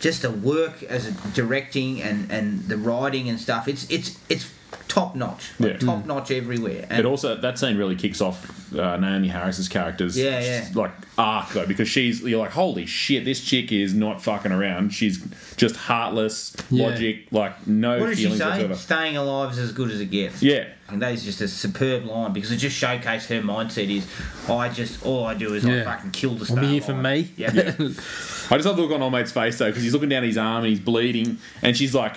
just the work as a directing and and the writing and stuff. It's it's it's top notch, like,
Yeah.
top notch everywhere.
But
And
also, that scene really kicks off uh, Naomi Harris's character's
Yeah, yeah.
like arc though, because she's you're like, holy shit, this chick is not fucking around. She's just heartless,
Yeah.
logic, like no
what did she
feelings
say?
whatsoever.
Staying alive is as good as it gets.
Yeah,
And that is just a superb line because it just showcased her mindset is I just all I do is I
Yeah.
fucking kill the star.
I'm here for me.
Yeah.
I just love the look on old mate's face though, because he's looking down at his arm and he's bleeding, and she's like.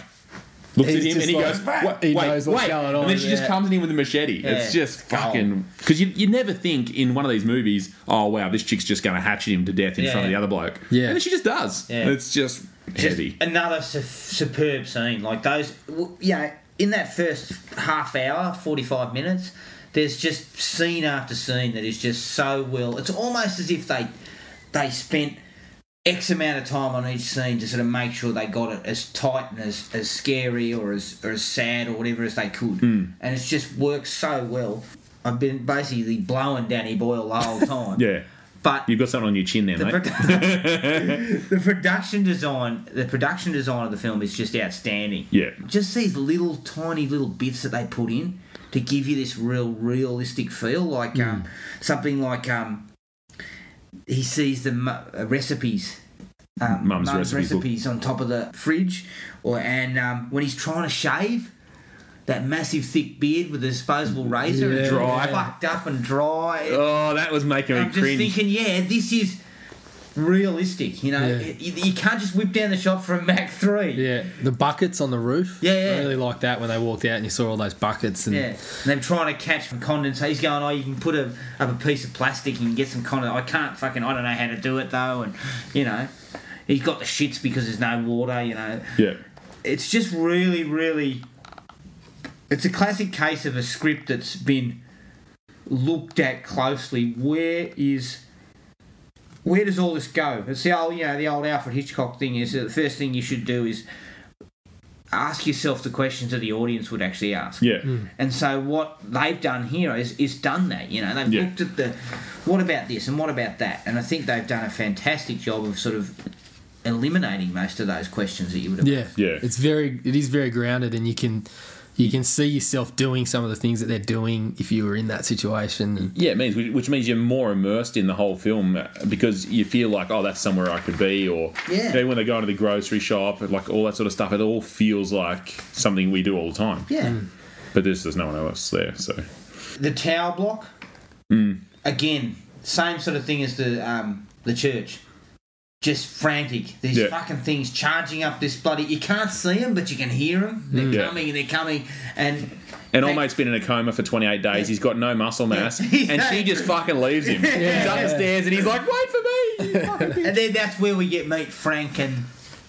Looks
He's
at him
just
and he
like-
goes, "Wait,
he
wait,
knows what's
wait!"
going on,
and then she just
yeah.
comes in with a machete. It's
Yeah.
just fucking because you, you never think in one of these movies, oh wow, this chick's just going to hatchet him to death in
Yeah.
front of the other bloke.
Yeah.
and then she just does.
Yeah.
It's just
Just
heavy.
Another su- superb scene. Like those, w- you know, in that first half hour, 45 minutes, there's just scene after scene that is just so well. It's almost as if they they spent X amount of time on each scene to sort of make sure they got it as tight and as, as scary or as, or as sad or whatever as they could. And it's just worked so well. I've been basically blowing Danny Boyle the whole time.
Yeah.
But
You've got something on your chin there,
the,
mate.
produ- the production design the production design of the film is just outstanding
Yeah.
just these little tiny little bits that they put in to give you this real realistic feel like
Hmm.
um, something like um, he sees the mu- uh, recipes um,
Mum's recipe book.
recipes on top of the fridge or and um, when he's trying to shave that massive thick beard with a disposable razor and
Dry.
fucked up and dry
Oh, that was making me
I'm just
cringe.
thinking, yeah, this is realistic. You know,
Yeah.
you, you can't just whip down the shop from Mac Three.
Yeah, the buckets on the roof.
Yeah, yeah.
I really like that when they walked out and you saw all those buckets and
Yeah, and them trying to catch from condensate. He's going, oh, you can put a, up a piece of plastic and get some condensate. I can't fucking, I don't know how to do it though. And, you know, he's got the shits because there's no water, you know.
yeah.
It's just really, really. It's a classic case of a script that's been looked at closely. Where is where does all this go? It's the old, you know, the old Alfred Hitchcock thing is that the first thing you should do is ask yourself the questions that the audience would actually ask.
Yeah.
And so what they've done here is is done that. You know, they've
Yeah.
looked at the what about this and what about that, and I think they've done a fantastic job of sort of eliminating most of those questions that you would have.
yeah,
Yeah.
It's very, it is very grounded, and you can, you can see yourself doing some of the things that they're doing if you were in that situation. And
Yeah, it means which means you're more immersed in the whole film uh, because you feel like, oh, that's somewhere I could be, or
Yeah.
you know, when they go into the grocery shop, like all that sort of stuff. It all feels like something we do all the time.
Yeah.
But there's there's no one else there, so
the tower block
Mm.
again same sort of thing as the um, the church just frantic these
Yeah.
fucking things charging up this bloody you can't see them but you can hear them they're
Mm. Yeah.
coming they're coming and
And
Thank-
almost been in a coma for 28 days. He's got no muscle mass,
Yeah.
and she just fucking leaves him. He's upstairs, and he's like, "Wait for me." you fucking bitch."
and then that's where we get meet Frank and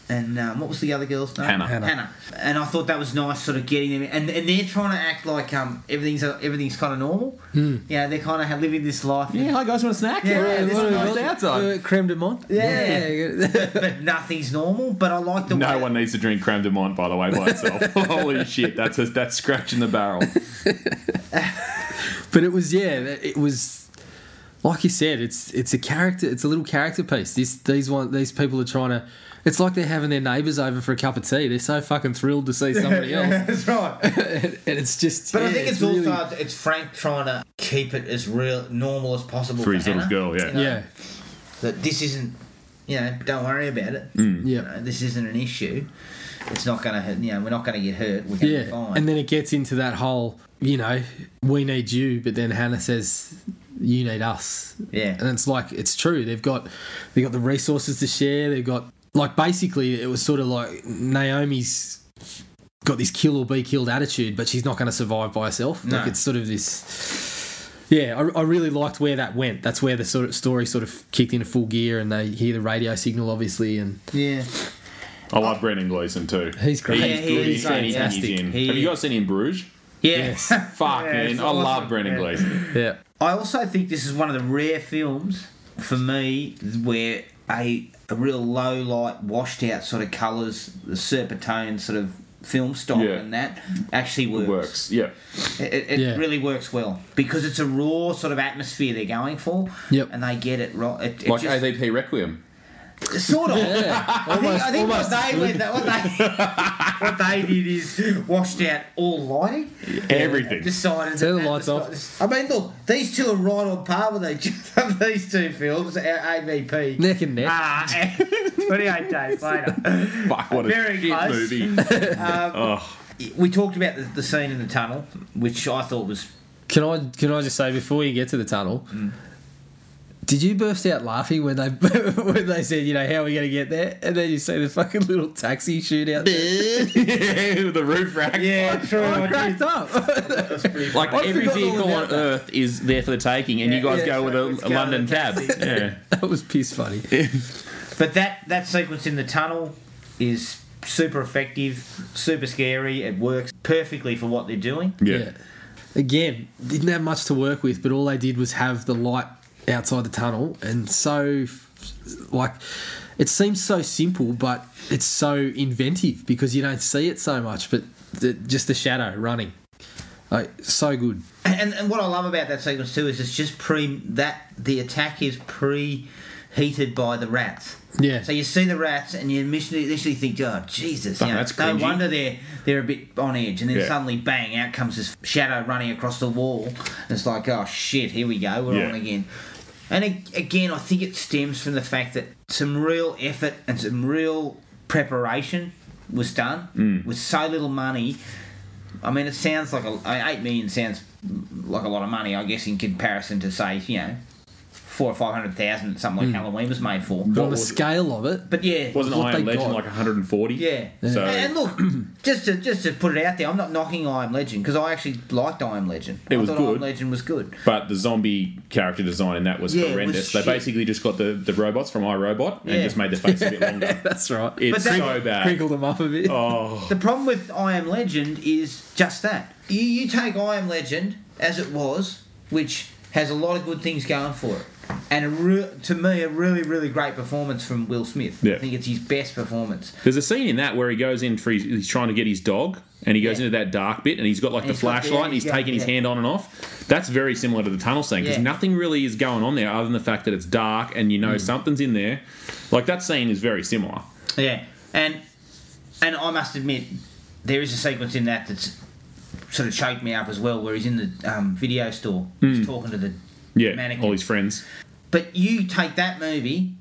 and um, what was the other girl's name?
Hannah.
Hannah.
And I thought that was nice, sort of getting them. And, and they're trying to act like um everything's everything's kind of normal.
Hmm.
Mm. Yeah, they're kind of living this life.
hi guys, want a snack?
Yeah, yeah, this
is
is
nice outside.
Uh, Creme de menthe.
Yeah.
yeah.
But nothing's normal. But I like the
No
way
one needs to drink creme de menthe, by the way, by itself. Holy shit, that's a, that's scratching the barrel.
But it was yeah, that- it was like you said, it's it's a character, it's a little character piece. These these one these people are trying to. It's like they're having their neighbours over for a cup of tea. They're so fucking thrilled to see somebody else,
That's right.
and, and it's just.
But I
yeah,
think it's,
really-
also it's Frank trying to keep it as real normal as possible
For his little
Hannah,
girl, yeah.
you know,
yeah,
That this isn't, you know, don't worry about it.
Mm.
You
yeah,
know, this isn't an issue. It's not going to hurt. You know, we're not going to get hurt. We're going to be
yeah.
fine.
And then it gets into that whole, you know, we need you, but then Hannah says, you need us.
yeah,
and it's like it's true. They've got they got the resources to share. They've got like basically it was sort of like Naomi's got this kill or be killed attitude, but she's not going to survive by herself.
No.
Like it's sort of this. Yeah, I, I really liked where that went. That's where the sort of story sort of kicked into full gear, and they hear the radio signal, obviously, and
yeah.
I love Brendan Gleeson too.
He's great.
He's
Yeah,
good.
he is
He's in, he's in, he's
fantastic.
in.
He
Have you
is.
guys seen him in Bruges?
Yeah.
Yes.
Fuck,
Yeah,
man.
it's
I love
awesome.
Brendan
Yeah.
Gleeson.
yeah,
I also think this is one of the rare films for me where a, a real low light, washed out sort of colours, the serpentine sort of film style
Yeah.
and that actually works.
Works. Yeah.
It, it- it
Yeah.
really works well because it's a raw sort of atmosphere they're going for.
Yep.
And they get it right. It, it
Like
just-
AVP Requiem.
sort of. I think,
almost,
I think
almost.
what they went, that- what they what they did is washed out all lighting.
Everything.
Decided
Turn
that
the
that
lights
was- I mean, look, these two are right on par with each other. These two films, our AVP.
neck and neck.
Ah, and 28 days later.
Fuck, what a
Very
shit
close. Um,
movie. oh,
We talked about the, the scene in the tunnel, which I thought was
Can I can I just say before you get to the tunnel? Did you burst out laughing when they when they said, you know, how are we going to get there? And then you see the fucking little taxi shoot out there.
yeah, the roof rack.
yeah, true.
I cracked up.
Like
I
every
forgot all
vehicle on
about that.
Earth is there for the taking, and you guys
yeah,
go with
so it's
a, a
go
London
to
cab.
the
Yeah.
that was piss funny.
But that that sequence in the tunnel is super effective, super scary. It works perfectly for what they're doing.
yeah,
Again, didn't have much to work with, but all they did was have the light outside the tunnel, and so like it seems so simple, but it's so inventive because you don't see it so much. But the, just the shadow running, like so good.
And and what I love about that sequence too is it's just pre that the attack is pre heated by the rats.
Yeah.
So you see the rats and you initially, initially think, oh Jesus, you
Fuck,
know,
that's
no
cringy.
wonder they're they're a bit on edge. And then
Yeah.
suddenly, bang! Out comes this shadow running across the wall. And it's like, oh shit, here we go, we're
Yeah.
on again. And a- again, I think it stems from the fact that some real effort and some real preparation was done
Mm.
with so little money. I mean, it sounds like a, I mean, eight million sounds like a lot of money, I guess, in comparison to say, you know, four or five hundred thousand, something like
Hmm.
Halloween was made for.
But on the scale of it,
But yeah,
Wasn't
What
Iron
they
Legend
got.
like 140?
yeah.
So
and, and look, just to just to put it out there, I'm not knocking I Am Legend because I actually liked I Am Legend.
It
I
was
thought I Am
good.
Legend was good.
But the zombie character design in that was
Yeah, it was
horrendous.
shit.
they basically just got the, the robots from iRobot and
Yeah.
just made the face a bit longer.
that's right.
It's
that-
so bad.
Crinkled them up a bit.
uh, Oh,
The problem with I Am Legend is just that. You, you take I Am Legend as it was, which has a lot of good things going for it. And a re- to me, a really, really great performance from Will Smith.
Yeah.
I think it's his best performance.
there's a scene in that where he goes in for his, he's trying to get his dog, and he goes
Yeah.
into that dark bit, and he's got like
And
the
he's got the-
flashlight, and he's
yeah,
taking his
yeah.
hand on and off. That's very similar to the tunnel scene because
Yeah. Mm.
nothing really is going on there other than the fact that it's dark and you know something's in there. Like that scene is very similar.
Yeah, and and I must admit, there is a sequence in that that's sort of choked me up as well, where he's in the um, video store,
Hmm.
he's talking to the
Yeah,
mannequin.
all his friends.
But you take that movie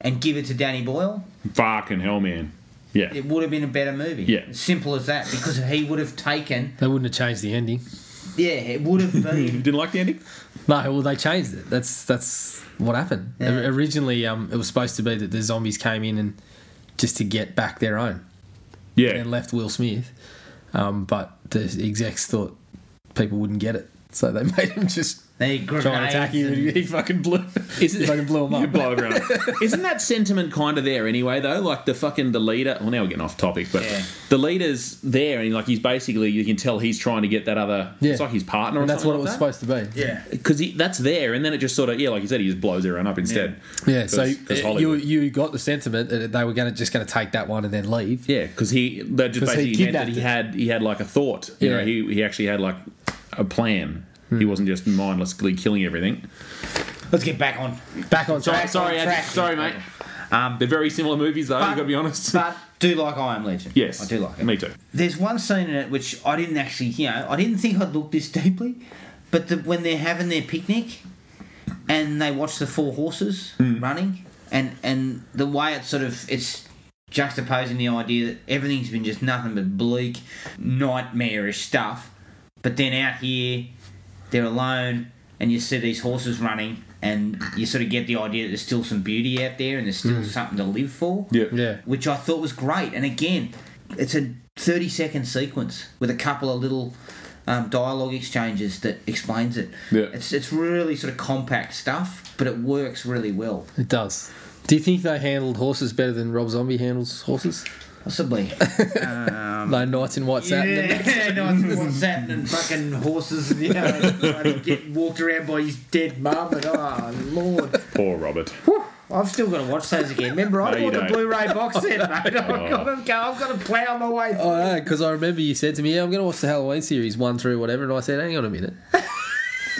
and give it to Danny Boyle,
Fucking hell, man. Yeah,
it would have been a better movie.
Yeah.
simple as that, because he would have taken.
They wouldn't have changed the ending.
Yeah, it would have been.
didn't like the ending.
No, well, they changed it. That's that's what happened.
Yeah.
O- Originally, um, it was supposed to be that the zombies came in and just to get back their own
Yeah,
and left Will Smith. Um, but the execs thought people wouldn't get it, so they made him just
They grenades
trying to attack you,
and-
and he fucking blew.
Isn't-
he fucking blew him
You
up.
blow everyone up. Isn't that sentiment kind of there anyway, though? Like the fucking the leader. Well, now we're getting off topic, but
Yeah.
the leader's there, and like he's basically you can tell he's trying to get that other.
Yeah.
It's like his partner.
And
or
that's what it was supposed to be.
Yeah.
Because that's there, and then it just sort of yeah, like you said, he just blows everyone up instead.
Yeah, so
'Cause- 'cause
uh, you
Hollywood.
you got the sentiment that they were going to just going to take that one and then leave.
Yeah, because he that just
'Cause he
basically meant that he
kidnapped
had he had like a thought. You
Yeah. Hmm.
know, he he actually had like a plan. He wasn't just mindlessly killing everything.
Let's get back on.
Back on
Sorry,
track.
sorry,
on
Ad-
track.
sorry, mate.
Um,
They're very similar movies, though.
But-
you got to be honest.
but do like I Am Legend.
yes,
I do like it.
Me too.
There's one scene in it which I didn't actually, you know, I didn't think I'd look this deeply, but the, when they're having their picnic and they watch the four horses running, and and the way it's sort of it's juxtaposing the idea that everything's been just nothing but bleak, nightmarish stuff, but then out here they're alone and you see these horses running and you sort of get the idea that there's still some beauty out there and there's still something to live for
Yeah.
Yeah.
which I thought was great. And again, it's a 30 second sequence with a couple of little um, dialogue exchanges that explains it.
Yeah.
It's, it's really sort of compact stuff, but it works really well.
It does. Do you think they handled horses better than Rob Zombie handles horses?
Possibly. um,
No knights in white satin.
yeah, no, it's what's happening and fucking horses, you know, bloody get walked around by his dead mum, and oh, Lord.
Poor Robert.
I've still got to watch those again. Remember, I
No, you
bought the
don't. Oh.
Blu ray box set, mate. I've got to go, I've got to plough my way through.
Oh, no, because I remember you said to me, "Yeah, I'm going to watch the Halloween series one through whatever," and I said, "Hang on a minute,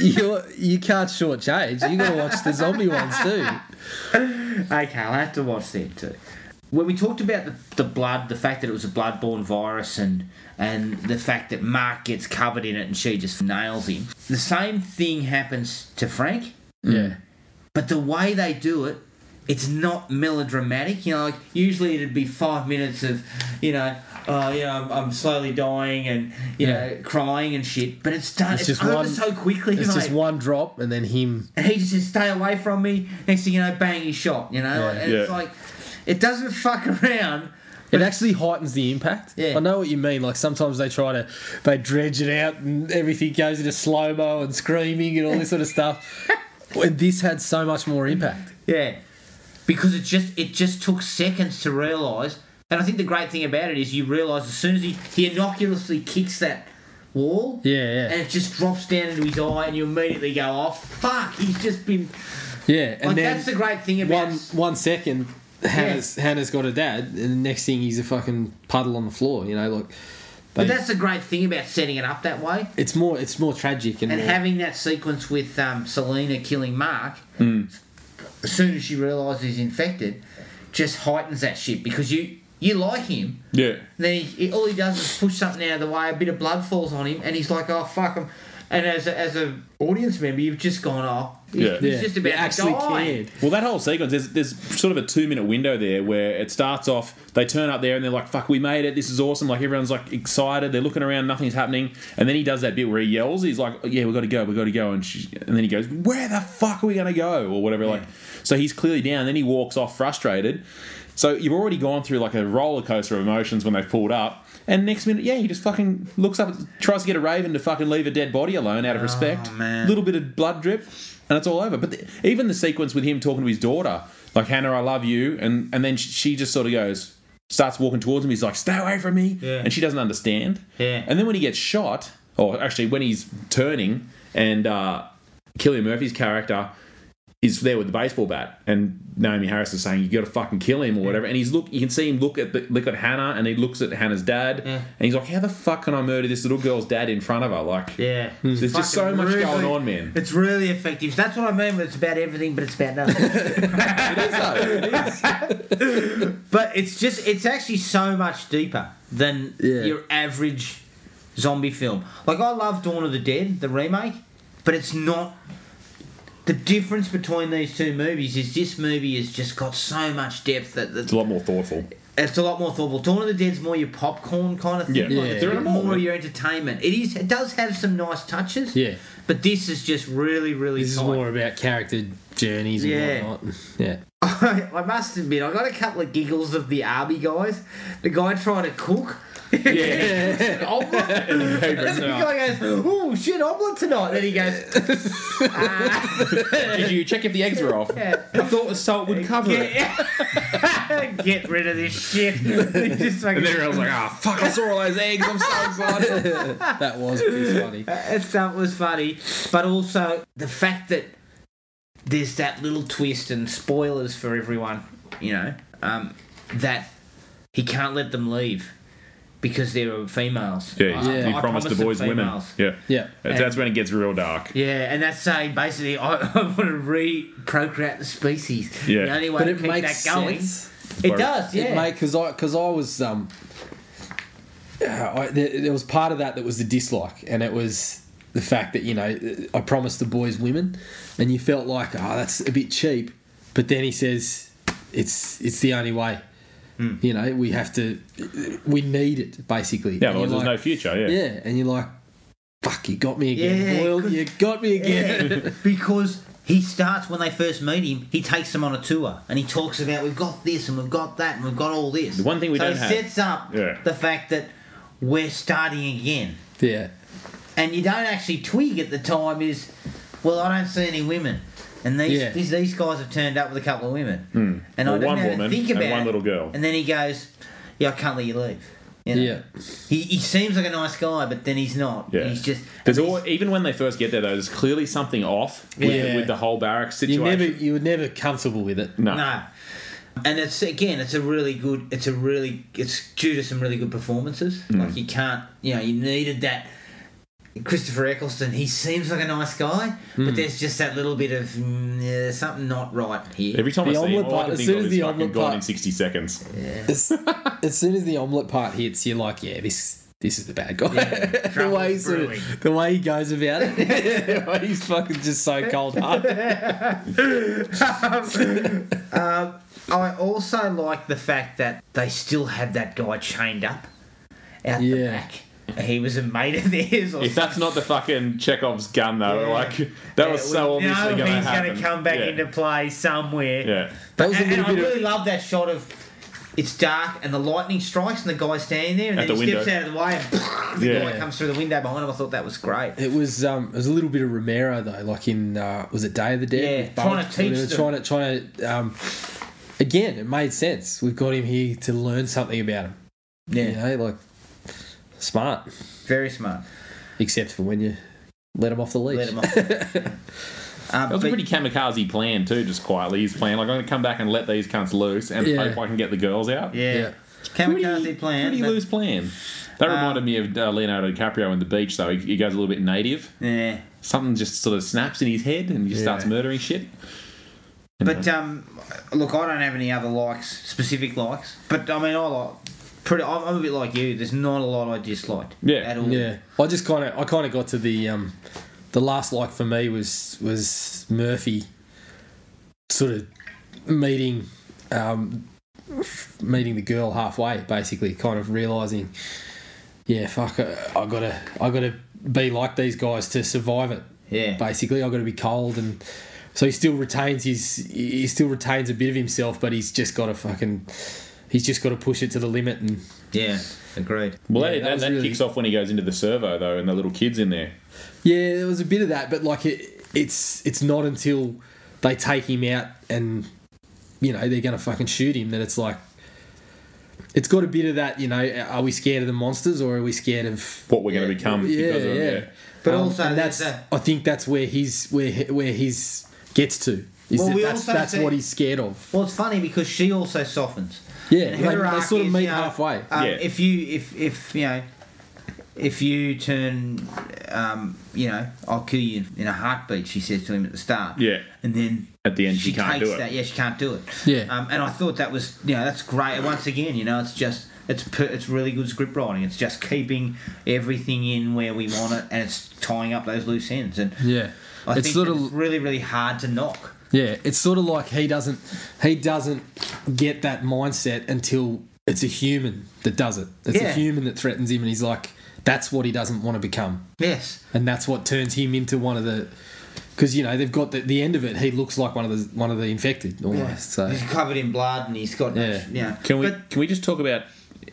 you you can't shortchange. You got to watch the zombie ones too."
Okay, I'll have to watch them too. When we talked about the, the blood, the fact that it was a bloodborne virus, and and the fact that Mark gets covered in it and she just nails him, the same thing happens to Frank,
Yeah,
but the way they do it, it's not melodramatic. You know, like usually it'd be five minutes of, you know. Oh yeah, I'm, I'm slowly dying and you know crying and shit, but it's done.
It's
It's,
just
over
one-
so quickly.
it's just
mate.
one drop, and then him.
And he just says, stay away from me. Next thing you know, bang, he's shot. You know,
Yeah.
Like, and it's
Yeah.
like, it doesn't fuck around.
It actually heightens the impact.
Yeah.
I know what you mean. Like sometimes they try to, they dredge it out, and everything goes into slow mo and screaming and all this sort of stuff. and this had so much more impact.
Yeah, because it just it just took seconds to realise. And I think the great thing about it is you realise as soon as he he innocuously kicks that wall,
Yeah, yeah.
and it just drops down into his eye, and you immediately go, oh fuck, he's just been.
Yeah, and
Like
then
that's the great thing about.
one one second, Hannah's Hannah's got a dad, and the next thing he's a fucking puddle on the floor. You know, like.
but
they-
that's the great thing about setting it up that way.
It's more it's more tragic and,
And
more-
having that sequence with um, Selena killing Mark, as soon as she realises he's infected, just heightens that shit because you you like him.
Yeah.
Then he, he- all he does is push something out of the way. A bit of blood falls on him, and he's like, "Oh fuck him." And as a, as a audience member, you've just gone, "Oh, he's,
Yeah.
he's
Yeah,
just about
you
to
actually
die."
cared.
Well, that whole sequence, there's, there's sort of a two minute window there where it starts off, they turn up there and they're like, fuck, we made it, this is awesome. Like, everyone's like excited, they're looking around, nothing's happening. And then he does that bit where he yells, he's like, yeah, we gotta go, we gotta go. And, she, and then he goes, where the fuck are we gonna go? Or whatever. Like, so he's clearly down, then he walks off frustrated. So you've already gone through like a roller coaster of emotions when they've pulled up. And next minute, yeah, he just fucking looks up, tries to get a raven to fucking leave a dead body alone out of respect.
man.
Little bit of blood drip, and it's all over. But the, even the sequence with him talking to his daughter, like Hannah, I love you, and and then she, she just sort of goes, starts walking towards him. He's like, stay away from me,
Yeah.
and she doesn't understand.
Yeah.
And then when he gets shot, or actually when he's turning, and uh, Killian Murphy's character is there with the baseball bat, and Naomi Harris is saying you got to fucking kill him or whatever. And he's look, you can see him look at the, look at Hannah, and he looks at Hannah's dad,
Yeah.
and he's like, how the fuck can I murder this little girl's dad in front of her? Like,
Yeah,
there's just so
Fucking
much
really-
going on, man.
It's really effective. That's what I mean. When it's about everything, but it's about nothing. But it's just it's actually so much deeper than
Yeah.
your average zombie film. Like I love Dawn of the Dead, the remake, but it's not the difference between these two movies is this movie has just got so much depth that,
It's a
that
lot more thoughtful.
It's a lot more thoughtful. Dawn of the Dead's more your popcorn kind of thing.
Yeah.
like,
Yeah.
it's a bit more your entertainment. It is. It does have some nice touches.
Yeah.
But this is just really, really.
This is
tight.
more about character journeys and
Yeah.
whatnot. Yeah.
I, I must admit, I got a couple of giggles of the army guys. The guy trying to cook. Yeah. omelette. and the guy goes, "Oh shit, omelette tonight." Then he goes,
Did you check if the eggs were off?
yeah.
I thought the salt would cover it.
Get, get rid of this shit. Just fucking-
And then I was like, ah, fuck, I saw all those eggs. I'm so excited.
That was pretty funny.
That stuff was funny, but also the fact that there's that little twist and spoilers for everyone, you know, um, that he can't let them leave because they're females.
Yeah, he,
Ah, I-
he
I
promised the
them
boys women.
females.
Yeah.
Yeah.
That's, that's when it gets real dark.
Yeah, and that's saying basically, I, I want to re-procreate the species.
Yeah.
the only way
But
to
it
keep
makes
that going.
sense.
It does, yeah.
It made because I because I was um, yeah, I, there, there was part of that that was the dislike, and it was the fact that you know I promised the boys women, and you felt like oh that's a bit cheap, but then he says it's it's the only way.
Hmm.
You know we have to we need it basically.
Yeah,
And
otherwise
you're
there's no
like-
future. Yeah.
Yeah, and you're like, fuck, you got me again,
Yeah.
Boyle. You got me again.
Yeah, because he starts when they first meet him. He takes them on a tour and he talks about we've got this and we've got that and we've got all this. The
one thing we
so
don't
he
have.
sets up
Yeah.
the fact that we're starting again,
yeah.
and you don't actually twig at the time is, well, I don't see any women, and these
Yeah.
these, these guys have turned up with a couple of women, and I
Hmm. Well,
don't
one
know how to
woman
think
and
about
one
it.
little girl.
And then he goes, "Yeah, I can't let you leave." You know?
Yeah.
He, he seems like a nice guy, but then he's not.
Yeah.
He's just
There's
and he's-
all, even when they first get there, though, there's clearly something off with,
Yeah.
with the whole barracks
You
situation.
never you were never comfortable with it.
no.
No. And it's again, it's a really good. It's a really. It's due to some really good performances.
Hmm.
Like you can't, you know, you needed that. Christopher Eccleston, he seems like a nice guy,
Hmm.
but there's just that little bit of mm, yeah, there's something not right here.
Every time
The
I see him, all
omelette
I
part-
can
as
think
soon
of
as
is
the
fucking
omelette
gone
part-
in 60 seconds.
As, as soon as the omelette part hits, you're like, yeah, this this is the bad guy. the
trouble's
way he sort
brewing.
of, the way he goes about it, The way he's fucking just so cold hearted.
Um, I also like the fact that they still had that guy chained up out
Yeah.
the back. He was a mate of theirs, or
If that's not the fucking Chekhov's gun, though,
Yeah.
like that was so
we know
obviously going to
he's
happen.
to come back
yeah.
into play somewhere.
yeah.
That was a
and,
little
and I
bit
really
of
love that shot of it's dark and the lightning strikes and the guy's standing there and
At
then
the
he
window.
steps out of the way and the
Yeah.
guy comes through the window behind him. I thought that was great.
it was um it was a little bit of Romero though, like in uh, was it Day of the
Yeah,
Dead? With
trying
Bud-
to teach
they were
them.
trying to trying to um again, it made sense. We've got him here to learn something about him.
Yeah,
You know, like smart.
very smart.
Except for when you let him off the leash.
Let him off. Um,
That was
but-
a pretty kamikaze plan too, just quietly. His plan, like I'm going to come back and let these cunts loose and
Yeah.
hope I can get the girls out.
yeah.
Yeah.
Kamikaze
pretty,
plan.
Pretty
but-
loose plan. That reminded me of uh, Leonardo DiCaprio in The Beach, though. He, he goes a little bit native.
Yeah.
Something just sort of snaps in his head and he just
Yeah.
starts murdering shit.
But um, look, I don't have any other likes, specific likes. But I mean, I like. Pretty, I'm, I'm a bit like you. There's not a lot I disliked.
Yeah.
At all.
Yeah, I just kind of I kind of got to the um, the last like for me was was Murphy, sort of meeting um, meeting the girl halfway, basically, kind of realizing, yeah, fuck, I, I gotta I gotta be like these guys to survive it.
Yeah.
basically, I gotta be cold and. So he still retains his, he still retains a bit of himself, but he's just got to fucking, he's just got to push it to the limit and
Yeah. Agreed.
Well,
Yeah,
that,
that
that,
was
that
really-
kicks off when he goes into the servo, though, and the little kid's in there.
Yeah, there was a bit of that, but like it, it's it's not until they take him out and you know they're gonna fucking shoot him that it's like it's got a bit of that. You know, are we scared of the monsters or are we scared of?
What we're going to become
Yeah,
because of
yeah. Um,
yeah.
But also
and
there's
that's I think that's where he's where he- where he's gets to. Is
Well,
that
we
that's
also
that's
see-
what he's scared of.
Well, it's funny because she also softens.
Yeah,
And
they-
her
they
arc
sort of
is,
meet
you know,
halfway.
Um,
Yeah.
If you, if if you know, if you turn, um, you know, I'll kill you in a heartbeat. She says to him at the start.
Yeah.
And then
At the end, she, can't
takes
do it.
that. Yeah, she can't do it.
Yeah.
Um, and I thought that was, you know, that's great. Once again, you know, it's just. It's, per, it's really good script writing. It's just keeping everything in where we want it, and it's tying up those loose ends. And
Yeah,
I
it's
think
sort
that
of
it's really, really hard to knock.
Yeah, it's sort of like he doesn't he doesn't get that mindset until it's a human that does it. It's
Yeah.
a human that threatens him, and he's like, that's what he doesn't want to become,
Yes.
and that's what turns him into one of the. Because you know they've got the, the end of it. He looks like one of the one of the infected almost. So
He's covered in blood and he's got no.
Yeah.
Yeah. yeah.
Can we
But
can we just talk about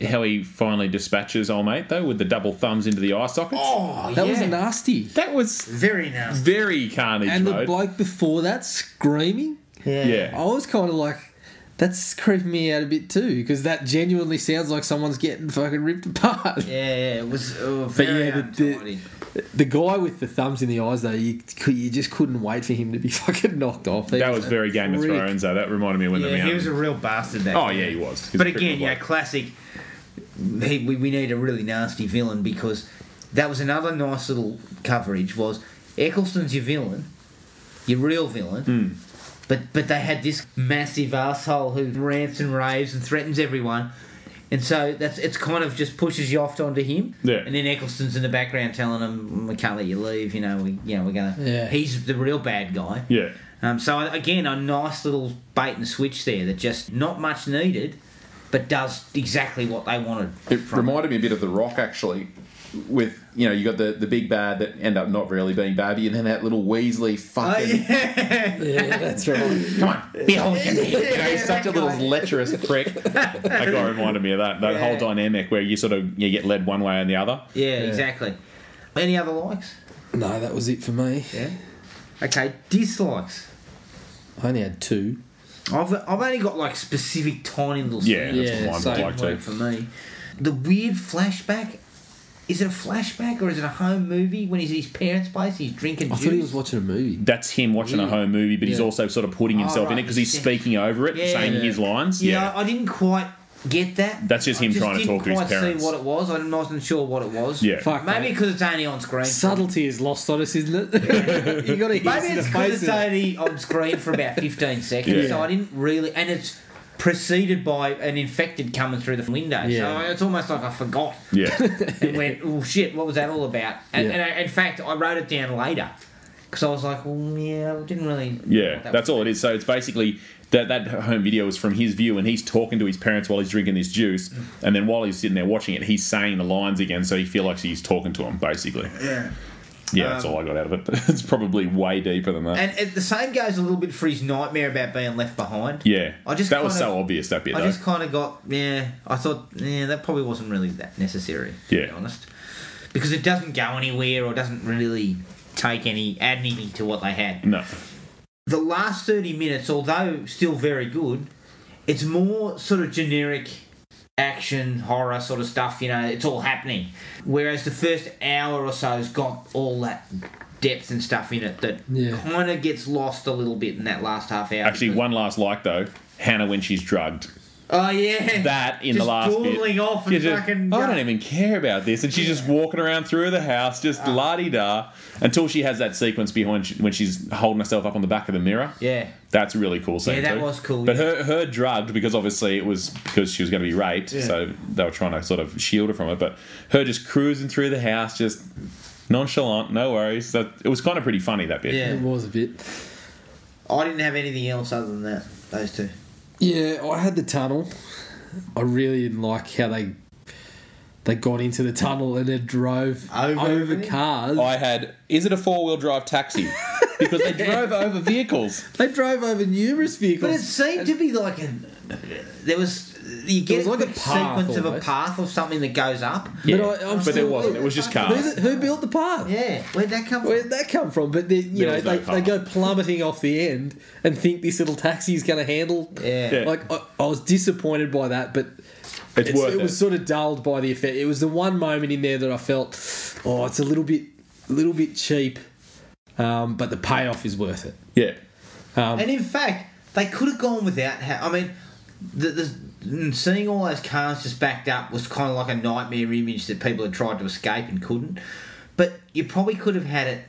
how he finally dispatches old mate though with the double thumbs into the eye sockets?
oh,
that
yeah.
was nasty.
that was
very nasty.
very carnage
And the
mode.
bloke before that screaming.
Yeah.
yeah.
I was kind of like, that's creeping me out a bit too, because that genuinely sounds like someone's getting fucking ripped apart.
Yeah, yeah, it was oh, very
yeah, the- the-
untidy.
The guy with the thumbs in the eyes, though, you, cou- you just couldn't wait for him to be fucking knocked off. He
That was
a
very Game of
freak.
Thrones though. That reminded me when the
Yeah,
mountain.
he was a real bastard. That
oh
guy.
yeah, he was. He was
But
a criminal
again, yeah,
bloke.
classic. He, we, we need a really nasty villain because that was another nice little coverage. Was Eccleston's your villain, your real villain?
Hmm.
But but they had this massive asshole who rants and raves and threatens everyone, and so that's it's kind of just pushes you off onto him.
Yeah.
And then Eccleston's in the background telling him, "We can't let you leave. You know, we you know we're gonna."
Yeah.
He's the real bad guy.
yeah.
Um, so I- again, a nice little bait and switch there that just not much needed, but does exactly what they wanted.
It reminded me a bit of The Rock, actually. With you know, you got the, the big bad that end up not really being bad, and then that little Weasley
Oh,
fucking.
Yeah, that's right.
Come on, be holy. you know, he's such a little lecherous prick. that guy reminded me of that that whole
Yeah.
dynamic where you sort of you get led one way and the other.
Yeah, exactly. Any other likes?
no, that was it for me.
Yeah. Okay, dislikes.
I only had two.
I've I've only got like specific tiny little
Yeah,
things
Yeah,
that's
so-
that
what mine would like
work
to.
for me. The weird flashback. Is it a flashback or is it a home movie when he's at his parents' place? He's drinking
I
juice.
thought he was watching a movie.
That's him watching a
Really?
home movie, but he's
Yeah.
also sort of putting himself in
right,
it because he's
yeah.
speaking over it,
Yeah.
saying
Yeah.
his lines.
Yeah,
Yeah,
I, I didn't quite get that.
That's just him
I
trying to
didn't
talk to his
quite
parents.
See what it was? I wasn't sure what it was.
Yeah.
Fuck,
Maybe
mate.
because it's only on screen.
Subtlety is lost on us, isn't it? you got to hit us
Maybe
in the
it's because
face.
it's
with it.
only on screen for about fifteen seconds,
Yeah.
so I didn't really. And it's preceded by an infected coming through the window,
Yeah.
so it's almost like I forgot
yeah.
and went, "Oh shit, what was that all about?" And,
Yeah.
and I, in fact, I wrote it down later because I was like, "Well, yeah, I didn't really."
Yeah, that's all it is. So it's basically that that home video is from his view, and he's talking to his parents while he's drinking this juice, and then while he's sitting there watching it, he's saying the lines again, so he feels like he's talking to him, basically.
Yeah. um,
Yeah, that's all I got out of it. But it's probably way deeper than that.
And, and the same goes a little bit for his nightmare about being left behind.
yeah,
I just
that was
kind of-
so obvious that bit
I
though.
just kind of got yeah. I thought yeah, that probably wasn't really that necessary.
Yeah.
to be honest, because it doesn't go anywhere or doesn't really take any add anything to what they had.
no,
The last thirty minutes, although still very good, it's more sort of generic action horror sort of stuff. You know, it's all happening. Whereas the first hour or so's got all that depth and stuff in it that
Yeah.
kind of gets lost a little bit in that last half hour.
actually,
because-
one last like though, Hannah when she's drugged.
Oh yeah,
That in
Just
the last bit.
dawdling off
Yeah,
and
just,
fucking.
I don't even care about this, and she's just walking around through the house, just
Ah.
la di da, until she has that sequence behind she, when she's holding herself up on the back of the mirror.
Yeah.
That's a really cool scene.
Yeah, that
too.
was cool,
But
yeah.
her her drugged because obviously it was because she was going to be raped, so they were trying to sort of shield her from it. But her just cruising through the house, just nonchalant, no worries. That it was kind of pretty funny that bit.
Yeah.
It was a bit.
I didn't have anything else other than that. Those two.
Yeah, I had the tunnel. I really didn't like how they they got into the tunnel and it drove
Over
over,
everything?
cars.
I had is it a four wheel drive taxi? Because they drove over vehicles.
They drove over numerous
But
vehicles.
it seemed to be like a. There was you get
was
a
like a
quick
path
sequence of a
almost.
path or something that goes up.
Yeah.
I- I'm
but there
still-
wasn't. It was just
Who,
cars.
who built the park?
Yeah, where'd that come
Where
from?
would that come from? But they,
There
you know,
was
they,
no
they go plummeting off the end and think this little taxi is going to handle.
Yeah.
Yeah.
Like I, I was disappointed by that, but
It's,
it's-
worth
it was sort of dulled by the effect. It was the one moment in there that I felt, oh, it's a little bit, little bit cheap, um, but the payoff is worth it.
Yeah. Um,
And in fact, they could have gone without. Ha- I mean, the, the mm, seeing all those cars just backed up was kind of like a nightmare image that people had tried to escape and couldn't. But you probably could have had it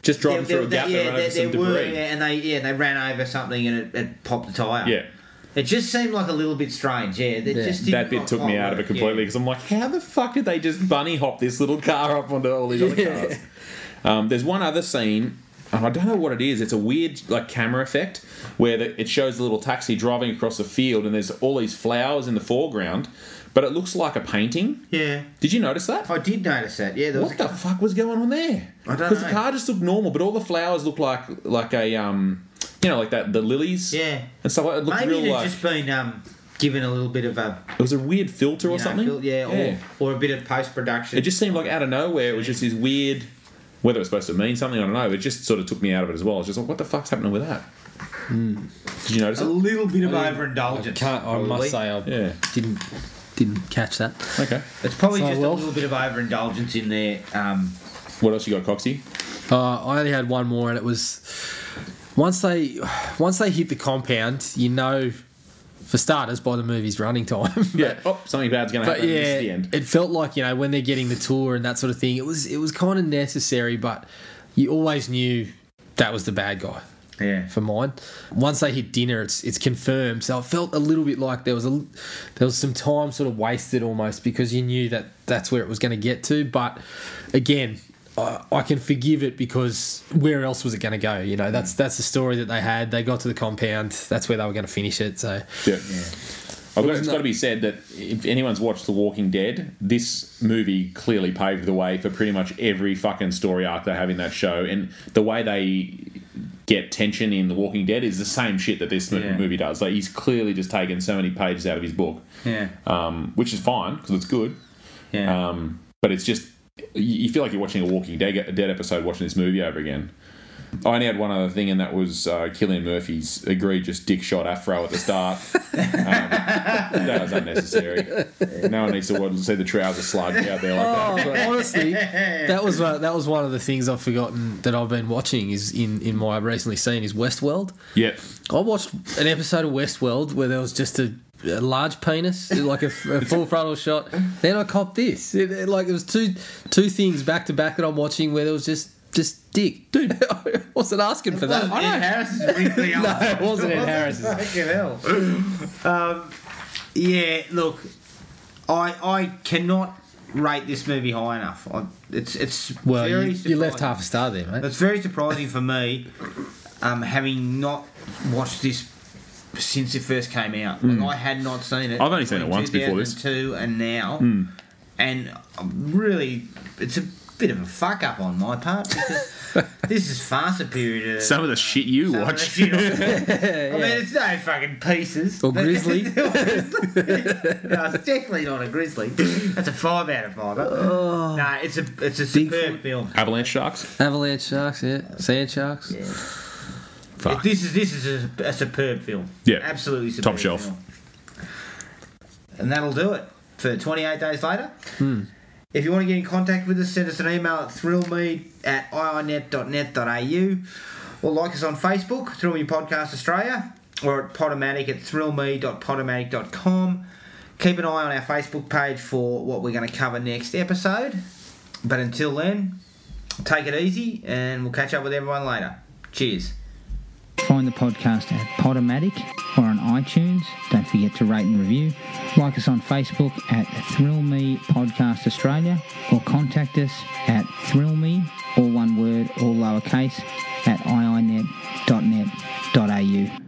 Just driving
There-
through a
there-
gap
yeah,
and running
there-
over some
there were,
debris.
yeah, and they yeah, they ran over something and it, it popped the tire.
Yeah.
It just seemed like a little bit strange. Yeah, that
Yeah.
just did
That bit
not
took me
quite
out of it
work,
completely
yeah.
because I'm like, how the fuck did they just bunny hop this little car up onto all these other
Yeah.
cars? Um, there's one other scene and I don't know what it is. It's a weird like camera effect where the, it shows the little taxi driving across the field, and there's all these flowers in the foreground, but it looks like a painting.
Yeah.
Did you notice that?
I did notice that. Yeah, there was
What the fuck was going on there?
I don't
the
know.
car just looked normal, but all the flowers looked like like a um, you know, like that the lilies.
Yeah.
And so it looked
Maybe
real
it had
like
just been um, given a little bit of a
it was a weird filter or
you know,
something.
fil- yeah, Or, or a bit of post production.
It just seemed like out of nowhere. It was just this weird. Whether it's supposed to mean something, I don't know. But it just sort of took me out of it as well. It's just like, what the fuck's happening with that? Did you notice
Hmm. a
it?
little bit of
I,
overindulgence.
can't, I
probably.
must say I
Yeah.
didn't didn't catch that.
Okay.
it's probably
So,
just a
well-
little bit of overindulgence in there. Um,
What else you got, Coxie?
Uh, I only had one more, and it was once they once they hit the compound, you know, for starters, by the movie's running time.
Yeah. Oh, something bad's going to
but
happen. This
yeah,
is the end.
it felt like you know when they're getting the tour and that sort of thing. It was it was kind of necessary, but you always knew that was the bad guy
yeah.
for mine. Once they hit dinner, it's it's confirmed. So I felt a little bit like there was a l- there was some time sort of wasted almost because you knew that that's where it was going to get to. But again, I, I can forgive it because where else was it going to go? You know, that's that's the story that they had. They got to the compound. That's where they were going to finish it. So
Yeah. I've got,
Wasn't
it's
that-
got to be said that if anyone's watched The Walking Dead, this movie clearly paved the way for pretty much every fucking story arc they have in that show. And the way they get tension in The Walking Dead is the same shit that this mo-
Yeah.
movie does. Like he's clearly just taken so many pages out of his book,
Yeah.
um, which is fine because it's good.
Yeah.
Um, but it's just you- you feel like you're watching a Walking Dead, Dead episode, watching this movie over again. I only had one other thing, and that was uh, Killian Murphy's egregious dick shot afro at the start. um, that was unnecessary. No one needs to wa- see the trousers slug out there like that.
Oh, honestly, that was one, that was one of the things I've forgotten that I've been watching is in in my recently seen is Westworld.
Yep.
I watched an episode of Westworld where there was just a, a large penis, like a, a full frontal shot. Then I copped this. It, it- like it was two two things back to back that I'm watching where there was just just dick, dude. I wasn't asking for that.
Well, Ed Harris is really
No, it wasn't Ed Harris's.
Fucking hell. um, yeah, look, I I cannot rate this movie high enough. I, it's it's
Well, you,
very
you left
surprising.
half a star there, mate.
It's very surprising for me, um, having not watched this since it first came out.
Hmm.
Like, I had not seen it.
I've only seen it
between
once before this.
2002 and now,
Hmm.
and I'm really, it's a bit of a fuck up on my part because this is far superior to
Some of the shit you
some of the
watch.
shit I've I mean, it's no fucking pieces.
Or grizzly.
no, it's definitely not a grizzly. That's a five out of five.
Oh.
No, it's a it's a superb film.
Avalanche sharks.
Avalanche sharks, yeah. Sand sharks.
Fuck.
This is this is a, a superb film.
Yeah.
absolutely superb.
Top shelf.
film. And that'll do it for 28 days later. If you want to get in contact with us, send us an email at thrillme at iinet.net.au or like us on Facebook, Thrill Me Podcast Australia, or at Podomatic at thrillme.podomatic.com. Keep an eye on our Facebook page for what we're going to cover next episode. But until then, take it easy and we'll catch up with everyone later. Cheers.
Find the podcast at Podomatic or on iTunes. Don't forget to rate and review. Like us on Facebook at Thrill Me Podcast Australia or contact us at Thrill Me, all one word, all lowercase, at iinet.net.au.